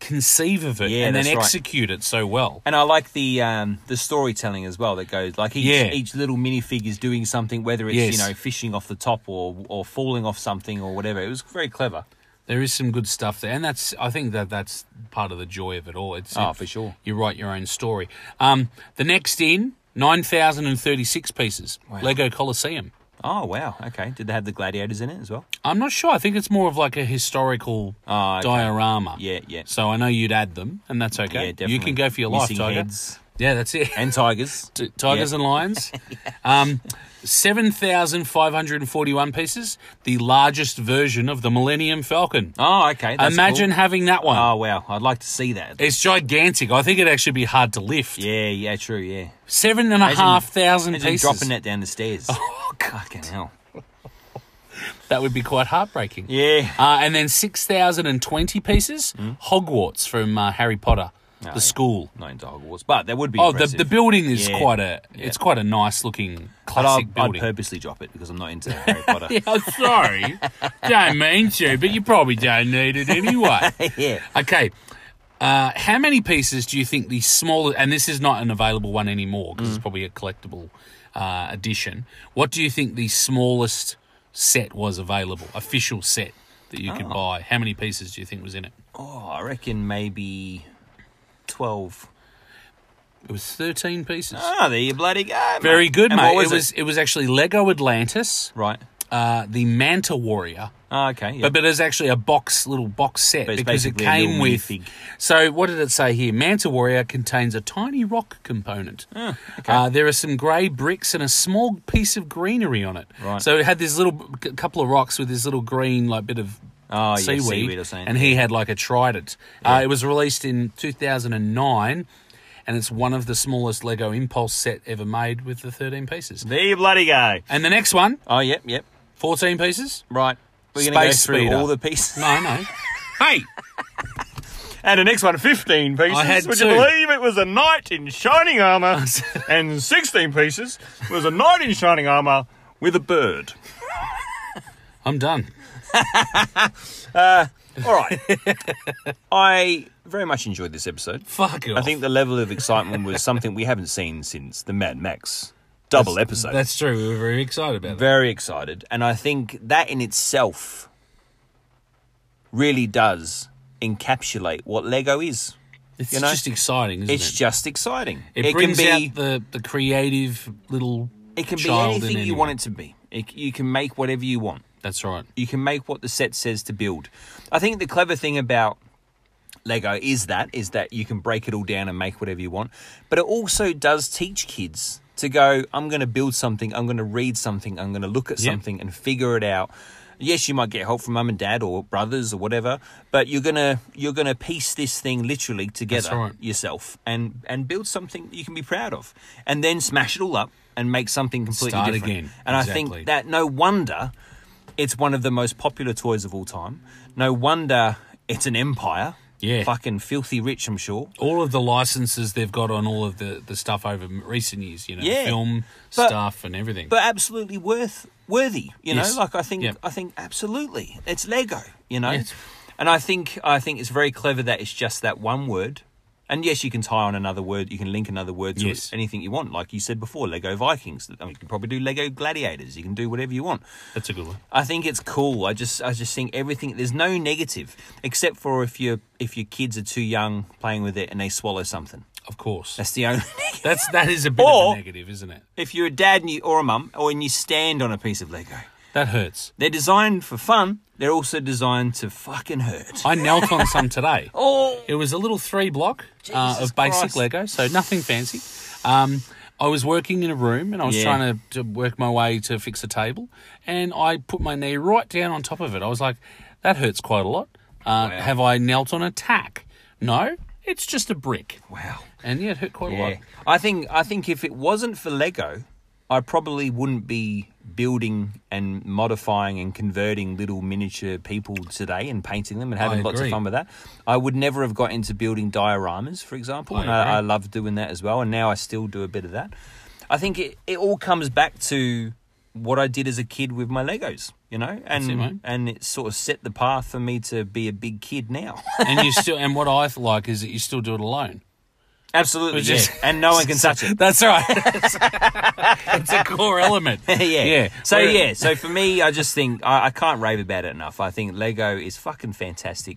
[SPEAKER 3] conceive of it
[SPEAKER 2] Yeah,
[SPEAKER 3] and then
[SPEAKER 2] that's right.
[SPEAKER 3] execute it so well?
[SPEAKER 2] And I like the um, the storytelling as well that goes like each,
[SPEAKER 3] Yeah.
[SPEAKER 2] each little minifig is doing something, whether it's
[SPEAKER 3] Yes.
[SPEAKER 2] you know fishing off the top or or falling off something or whatever. It was very clever.
[SPEAKER 3] There is some good stuff there, and that's I think that that's part of the joy of it all. It's
[SPEAKER 2] Oh, for sure.
[SPEAKER 3] You write your own story. Um, the next in nine thousand and thirty-six pieces. Lego Colosseum.
[SPEAKER 2] Oh wow, okay. Did they have the gladiators in it as well?
[SPEAKER 3] I'm not sure. I think it's more of like a historical
[SPEAKER 2] Oh, okay.
[SPEAKER 3] diorama.
[SPEAKER 2] Yeah, yeah.
[SPEAKER 3] So I know you'd add them, and that's okay.
[SPEAKER 2] Yeah, definitely.
[SPEAKER 3] You can go for your
[SPEAKER 2] Missing
[SPEAKER 3] life, Tiger.
[SPEAKER 2] heads.
[SPEAKER 3] Yeah, that's it.
[SPEAKER 2] And tigers.
[SPEAKER 3] T- Tigers
[SPEAKER 2] Yeah.
[SPEAKER 3] and lions. um, Seven thousand five hundred and forty-one pieces. The largest version of the Millennium Falcon.
[SPEAKER 2] Oh, okay. That's
[SPEAKER 3] Imagine
[SPEAKER 2] cool.
[SPEAKER 3] having that one.
[SPEAKER 2] Oh wow, I'd like to see that.
[SPEAKER 3] It's gigantic. I think it'd actually be hard to lift.
[SPEAKER 2] Yeah, yeah, true, yeah.
[SPEAKER 3] Seven and a
[SPEAKER 2] Imagine-
[SPEAKER 3] half thousand
[SPEAKER 2] Imagine
[SPEAKER 3] pieces.
[SPEAKER 2] dropping that down the stairs.
[SPEAKER 3] Oh, God.
[SPEAKER 2] Fucking hell.
[SPEAKER 3] That would be quite heartbreaking.
[SPEAKER 2] Yeah. Hmm.
[SPEAKER 3] Uh, and then 6,020 pieces. Hogwarts from uh, Harry Potter, the school.
[SPEAKER 2] Not into Hogwarts, but that would be.
[SPEAKER 3] Oh, the,
[SPEAKER 2] impressive.
[SPEAKER 3] the building is
[SPEAKER 2] Yeah.
[SPEAKER 3] quite a it's quite a nice looking classic
[SPEAKER 2] but I'd, I'd
[SPEAKER 3] building.
[SPEAKER 2] purposely drop it because I'm not into Harry Potter.
[SPEAKER 3] yeah, I'm sorry, don't mean to, but you probably don't need it anyway.
[SPEAKER 2] Yeah.
[SPEAKER 3] Okay. Uh, how many pieces do you think the smaller, and this is not an available one anymore because it's probably a collectible uh, edition. What do you think the smallest set was available, official set that you could buy? How many pieces do you think was in it?
[SPEAKER 2] Oh, I reckon maybe twelve.
[SPEAKER 3] It was 13 pieces.
[SPEAKER 2] Oh, there you bloody go. mate.
[SPEAKER 3] Very good,
[SPEAKER 2] And
[SPEAKER 3] mate.
[SPEAKER 2] what Was
[SPEAKER 3] it was it was actually Lego Atlantis,
[SPEAKER 2] right.
[SPEAKER 3] uh, the Manta Warrior,
[SPEAKER 2] Oh, okay. Yeah.
[SPEAKER 3] But but it's actually a box, little box set
[SPEAKER 2] But it's
[SPEAKER 3] because it
[SPEAKER 2] basically a
[SPEAKER 3] came
[SPEAKER 2] little
[SPEAKER 3] with.
[SPEAKER 2] minifig.
[SPEAKER 3] So what did it say here? Manta Warrior contains a tiny rock component.
[SPEAKER 2] Ah,
[SPEAKER 3] uh, there are some grey bricks and a small piece of greenery on it.
[SPEAKER 2] Right.
[SPEAKER 3] So it had this little c- couple of rocks with this little green like bit of.
[SPEAKER 2] Oh, yeah,
[SPEAKER 3] seaweed,
[SPEAKER 2] seaweed or something,
[SPEAKER 3] and he had like a trident. Uh, it was released in 2009, and it's one of the smallest Lego Impulse set ever made with the 13 pieces.
[SPEAKER 2] there you bloody go.
[SPEAKER 3] And the next one,
[SPEAKER 2] Oh, yep, yep.
[SPEAKER 3] 14 pieces.
[SPEAKER 2] Right. We're going to go
[SPEAKER 3] Space
[SPEAKER 2] through
[SPEAKER 3] speeder.
[SPEAKER 2] all the pieces.
[SPEAKER 3] No, no. hey,
[SPEAKER 2] And the next one, 15 pieces.
[SPEAKER 3] I had
[SPEAKER 2] Would
[SPEAKER 3] two.
[SPEAKER 2] you believe it was a knight in shining armour? and 16 pieces was a knight in shining armour with a bird.
[SPEAKER 3] I'm done.
[SPEAKER 2] All right. I very much enjoyed this episode.
[SPEAKER 3] Fuck off.
[SPEAKER 2] I think the level of excitement was something we haven't seen since the Mad Max
[SPEAKER 10] double episode.
[SPEAKER 3] That's true. We were very excited about that.
[SPEAKER 2] Very excited. And I think that in itself really does encapsulate what Lego is.
[SPEAKER 3] It's
[SPEAKER 2] you know,
[SPEAKER 3] just exciting, isn't
[SPEAKER 2] it's
[SPEAKER 3] it?
[SPEAKER 2] just exciting.
[SPEAKER 3] it, brings out the, the creative little
[SPEAKER 2] it can be
[SPEAKER 3] child in
[SPEAKER 2] anything you
[SPEAKER 3] anyone.
[SPEAKER 2] want it to be. It, you can make whatever you want.
[SPEAKER 3] That's right.
[SPEAKER 2] You can make what the set says to build. I think the clever thing about Lego is that is that you can break it all down and make whatever you want. But it also does teach kids to go, I'm going to build something, I'm going to read something, I'm going to look at
[SPEAKER 3] Yeah.
[SPEAKER 2] something and figure it out. Yes, you might get help from mum and dad or brothers or whatever, but you're going to you're going to piece this thing literally together
[SPEAKER 3] right.
[SPEAKER 2] yourself and and build something you can be proud of and then smash it all up and make something completely
[SPEAKER 3] Start
[SPEAKER 2] different.
[SPEAKER 3] again.
[SPEAKER 2] And I
[SPEAKER 3] Exactly.
[SPEAKER 2] think that no wonder it's one of the most popular toys of all time. No wonder it's an empire.
[SPEAKER 3] Yeah.
[SPEAKER 2] Fucking filthy rich, I'm sure.
[SPEAKER 3] All of the licenses they've got on all of the, the stuff over m- recent years, you know,
[SPEAKER 2] Yeah.
[SPEAKER 3] film
[SPEAKER 2] But-
[SPEAKER 3] stuff and everything.
[SPEAKER 2] But absolutely worth worthy, you know?
[SPEAKER 3] Yes.
[SPEAKER 2] Like I think
[SPEAKER 3] Yep.
[SPEAKER 2] I think absolutely. It's Lego, you know?
[SPEAKER 3] Yes.
[SPEAKER 2] And I think I think it's very clever that it's just that one word. And yes, you can tie on another word, you can link another word to
[SPEAKER 3] Yes.
[SPEAKER 2] it, anything you want. Like you said before, Lego Vikings. I mean, you can probably do Lego Gladiators. You can do whatever you want.
[SPEAKER 3] That's a good one.
[SPEAKER 2] I think it's cool. I just I just think everything there's no negative except for if you if your kids are too young playing with it and they swallow something.
[SPEAKER 3] Of course.
[SPEAKER 2] That's the only
[SPEAKER 3] That's that is a bit
[SPEAKER 2] Or-
[SPEAKER 3] of a negative, isn't it?
[SPEAKER 2] if you're a dad and you, or a mum or and you stand on a piece of Lego.
[SPEAKER 3] That hurts.
[SPEAKER 2] They're designed for fun. They're also designed to fucking hurt.
[SPEAKER 3] I knelt on some today.
[SPEAKER 2] Oh,
[SPEAKER 3] It was a little three block uh,
[SPEAKER 2] Jesus
[SPEAKER 3] of basic
[SPEAKER 2] Christ.
[SPEAKER 3] Lego, so nothing fancy. Um, I was working in a room and I was
[SPEAKER 2] Yeah.
[SPEAKER 3] trying to, to work my way to fix a table, and I put my knee right down on top of it. I was like, that hurts quite a lot. Uh, Have I knelt on a tack? No, it's just a brick.
[SPEAKER 2] wow.
[SPEAKER 3] And yeah, it hurt quite a
[SPEAKER 2] Yeah.
[SPEAKER 3] lot.
[SPEAKER 2] I think I think if it wasn't for Lego, I probably wouldn't be building and modifying and converting little miniature people today and painting them and having
[SPEAKER 3] I
[SPEAKER 2] lots of
[SPEAKER 3] agree.
[SPEAKER 2] fun with that. I would never have got into building dioramas, for example. and I, I love doing that as well, and now I still do a bit of that. I think it, it all comes back to what I did as a kid with my Legos, you know, and
[SPEAKER 3] it, mate.
[SPEAKER 2] and it sort of set the path for me to be a big kid now.
[SPEAKER 3] and you still, and what I like is that you still do it alone.
[SPEAKER 2] Absolutely,
[SPEAKER 3] Which
[SPEAKER 2] yeah.
[SPEAKER 3] is-
[SPEAKER 2] and no one can touch it.
[SPEAKER 3] That's right. it's a core element.
[SPEAKER 2] yeah.
[SPEAKER 3] yeah.
[SPEAKER 2] So
[SPEAKER 3] Where-
[SPEAKER 2] yeah. So for me, I just think I, I can't rave about it enough. I think Lego is fucking fantastic.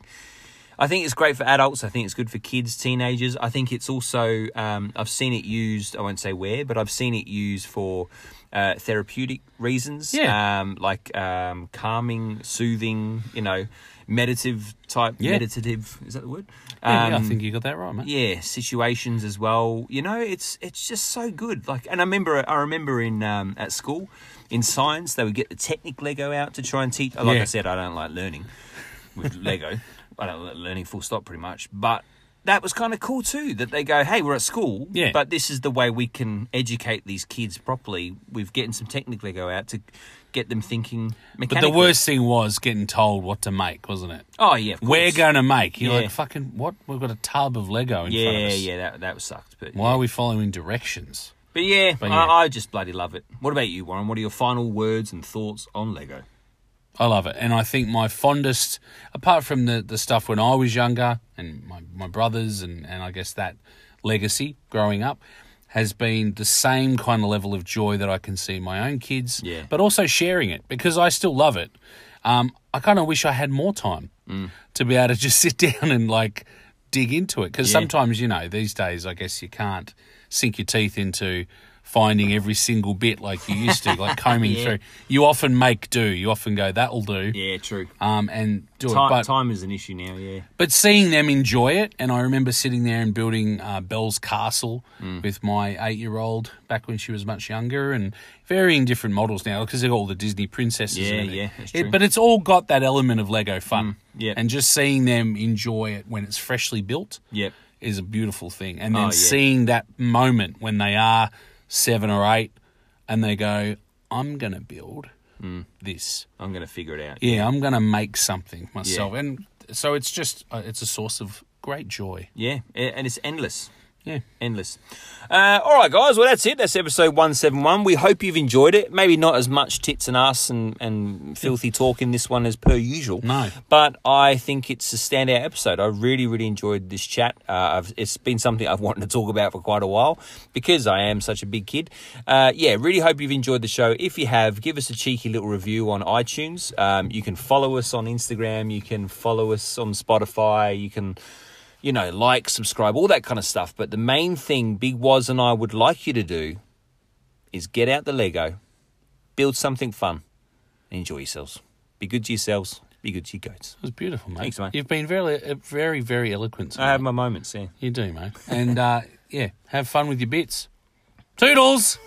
[SPEAKER 2] I think it's great for adults. I think it's good for kids, teenagers. I think it's also um, I've seen it used. I won't say where, but I've seen it used for uh, therapeutic reasons.
[SPEAKER 3] Yeah.
[SPEAKER 2] Um, like um, calming, soothing. You know, meditative type.
[SPEAKER 3] Yeah.
[SPEAKER 2] Meditative is that the word?
[SPEAKER 3] Yeah, yeah, I
[SPEAKER 2] Um,
[SPEAKER 3] think you got that right, mate.
[SPEAKER 2] yeah situations as well you know it's it's just so good like and i remember i remember in um, at school in science they would get the technic lego out to try and teach like i
[SPEAKER 3] Yeah.
[SPEAKER 2] said i don't like learning with lego i don't like learning full stop pretty much but that was kind of cool too that they go hey we're at school
[SPEAKER 3] Yeah.
[SPEAKER 2] but this is the way we can educate these kids properly with getting some technic lego out to get them thinking
[SPEAKER 3] But
[SPEAKER 2] mechanically
[SPEAKER 3] the worst thing was getting told what to make, wasn't it?
[SPEAKER 2] oh yeah of
[SPEAKER 3] We're
[SPEAKER 2] course.
[SPEAKER 3] going to make. You're
[SPEAKER 2] Yeah.
[SPEAKER 3] like, fucking, what? We've got a tub of Lego in front
[SPEAKER 2] yeah
[SPEAKER 3] of us.
[SPEAKER 2] yeah that, that sucked but
[SPEAKER 3] Why are we following directions?
[SPEAKER 2] But yeah,
[SPEAKER 3] yeah.
[SPEAKER 2] I, I just bloody love it. What about you, Warren? What are your final words and thoughts on Lego?
[SPEAKER 3] I love it. And I think my fondest, apart from the, the stuff when I was younger and my, my brothers, and, and I guess that legacy growing up, has been the same kind of level of joy that I can see in my own kids,
[SPEAKER 2] Yeah.
[SPEAKER 3] but also sharing it because I still love it. Um, I kind of wish I had more time to be able to just sit down and like dig into it because sometimes, you know, these days, I guess you can't sink your teeth into finding every single bit like you used to, like combing through. You often make do. You often go, that'll do.
[SPEAKER 2] Yeah, true.
[SPEAKER 3] Um, and do it.
[SPEAKER 2] Time,
[SPEAKER 3] But,
[SPEAKER 2] time is an issue now. Yeah,
[SPEAKER 3] but seeing them enjoy it, and I remember sitting there and building uh, Bell's Castle
[SPEAKER 2] Mm.
[SPEAKER 3] with my eight year old back when she was much younger, and varying different models now because they've got all the Disney princesses. and
[SPEAKER 2] Yeah,
[SPEAKER 3] everything.
[SPEAKER 2] yeah, that's
[SPEAKER 3] It-
[SPEAKER 2] true. Mm,
[SPEAKER 3] but it's all got that element of Lego fun.
[SPEAKER 2] yeah.
[SPEAKER 3] And just seeing them enjoy it when it's freshly built
[SPEAKER 2] yep.
[SPEAKER 3] is a beautiful thing. And then
[SPEAKER 2] Oh, yeah.
[SPEAKER 3] seeing that moment when they are seven or eight and they go, I'm going to build
[SPEAKER 2] Mm.
[SPEAKER 3] this.
[SPEAKER 2] I'm gonna figure it out.
[SPEAKER 3] Yeah, I'm going to make something myself. And so it's just, uh, it's a source of great joy.
[SPEAKER 2] Yeah, a- and it's endless.
[SPEAKER 3] Yeah.
[SPEAKER 2] endless. Uh, all right, guys. Well, that's it. That's episode one seven one. We hope you've enjoyed it. Maybe not as much tits and ass and, and filthy talk in this one as per usual.
[SPEAKER 3] No.
[SPEAKER 2] but I think it's a standout episode. I really, really enjoyed this chat. Uh, I've, it's been something I've wanted to talk about for quite a while because I am such a big kid. Uh, yeah, really hope you've enjoyed the show. If you have, give us a cheeky little review on iTunes. Um, you can follow us on Instagram. You can follow us on Spotify. You can you know, like, subscribe, all that kind of stuff. But the main thing Big Woz and I would like you to do is get out the Lego, build something fun, and enjoy yourselves. Be good to yourselves, be good to your goats.
[SPEAKER 3] It was beautiful, mate.
[SPEAKER 2] Thanks, mate.
[SPEAKER 3] You've been very, uh, very, very eloquent.
[SPEAKER 2] I have
[SPEAKER 3] tonight.
[SPEAKER 2] my moments, yeah.
[SPEAKER 3] You do, mate. And uh, yeah, have fun with your bits. Toodles.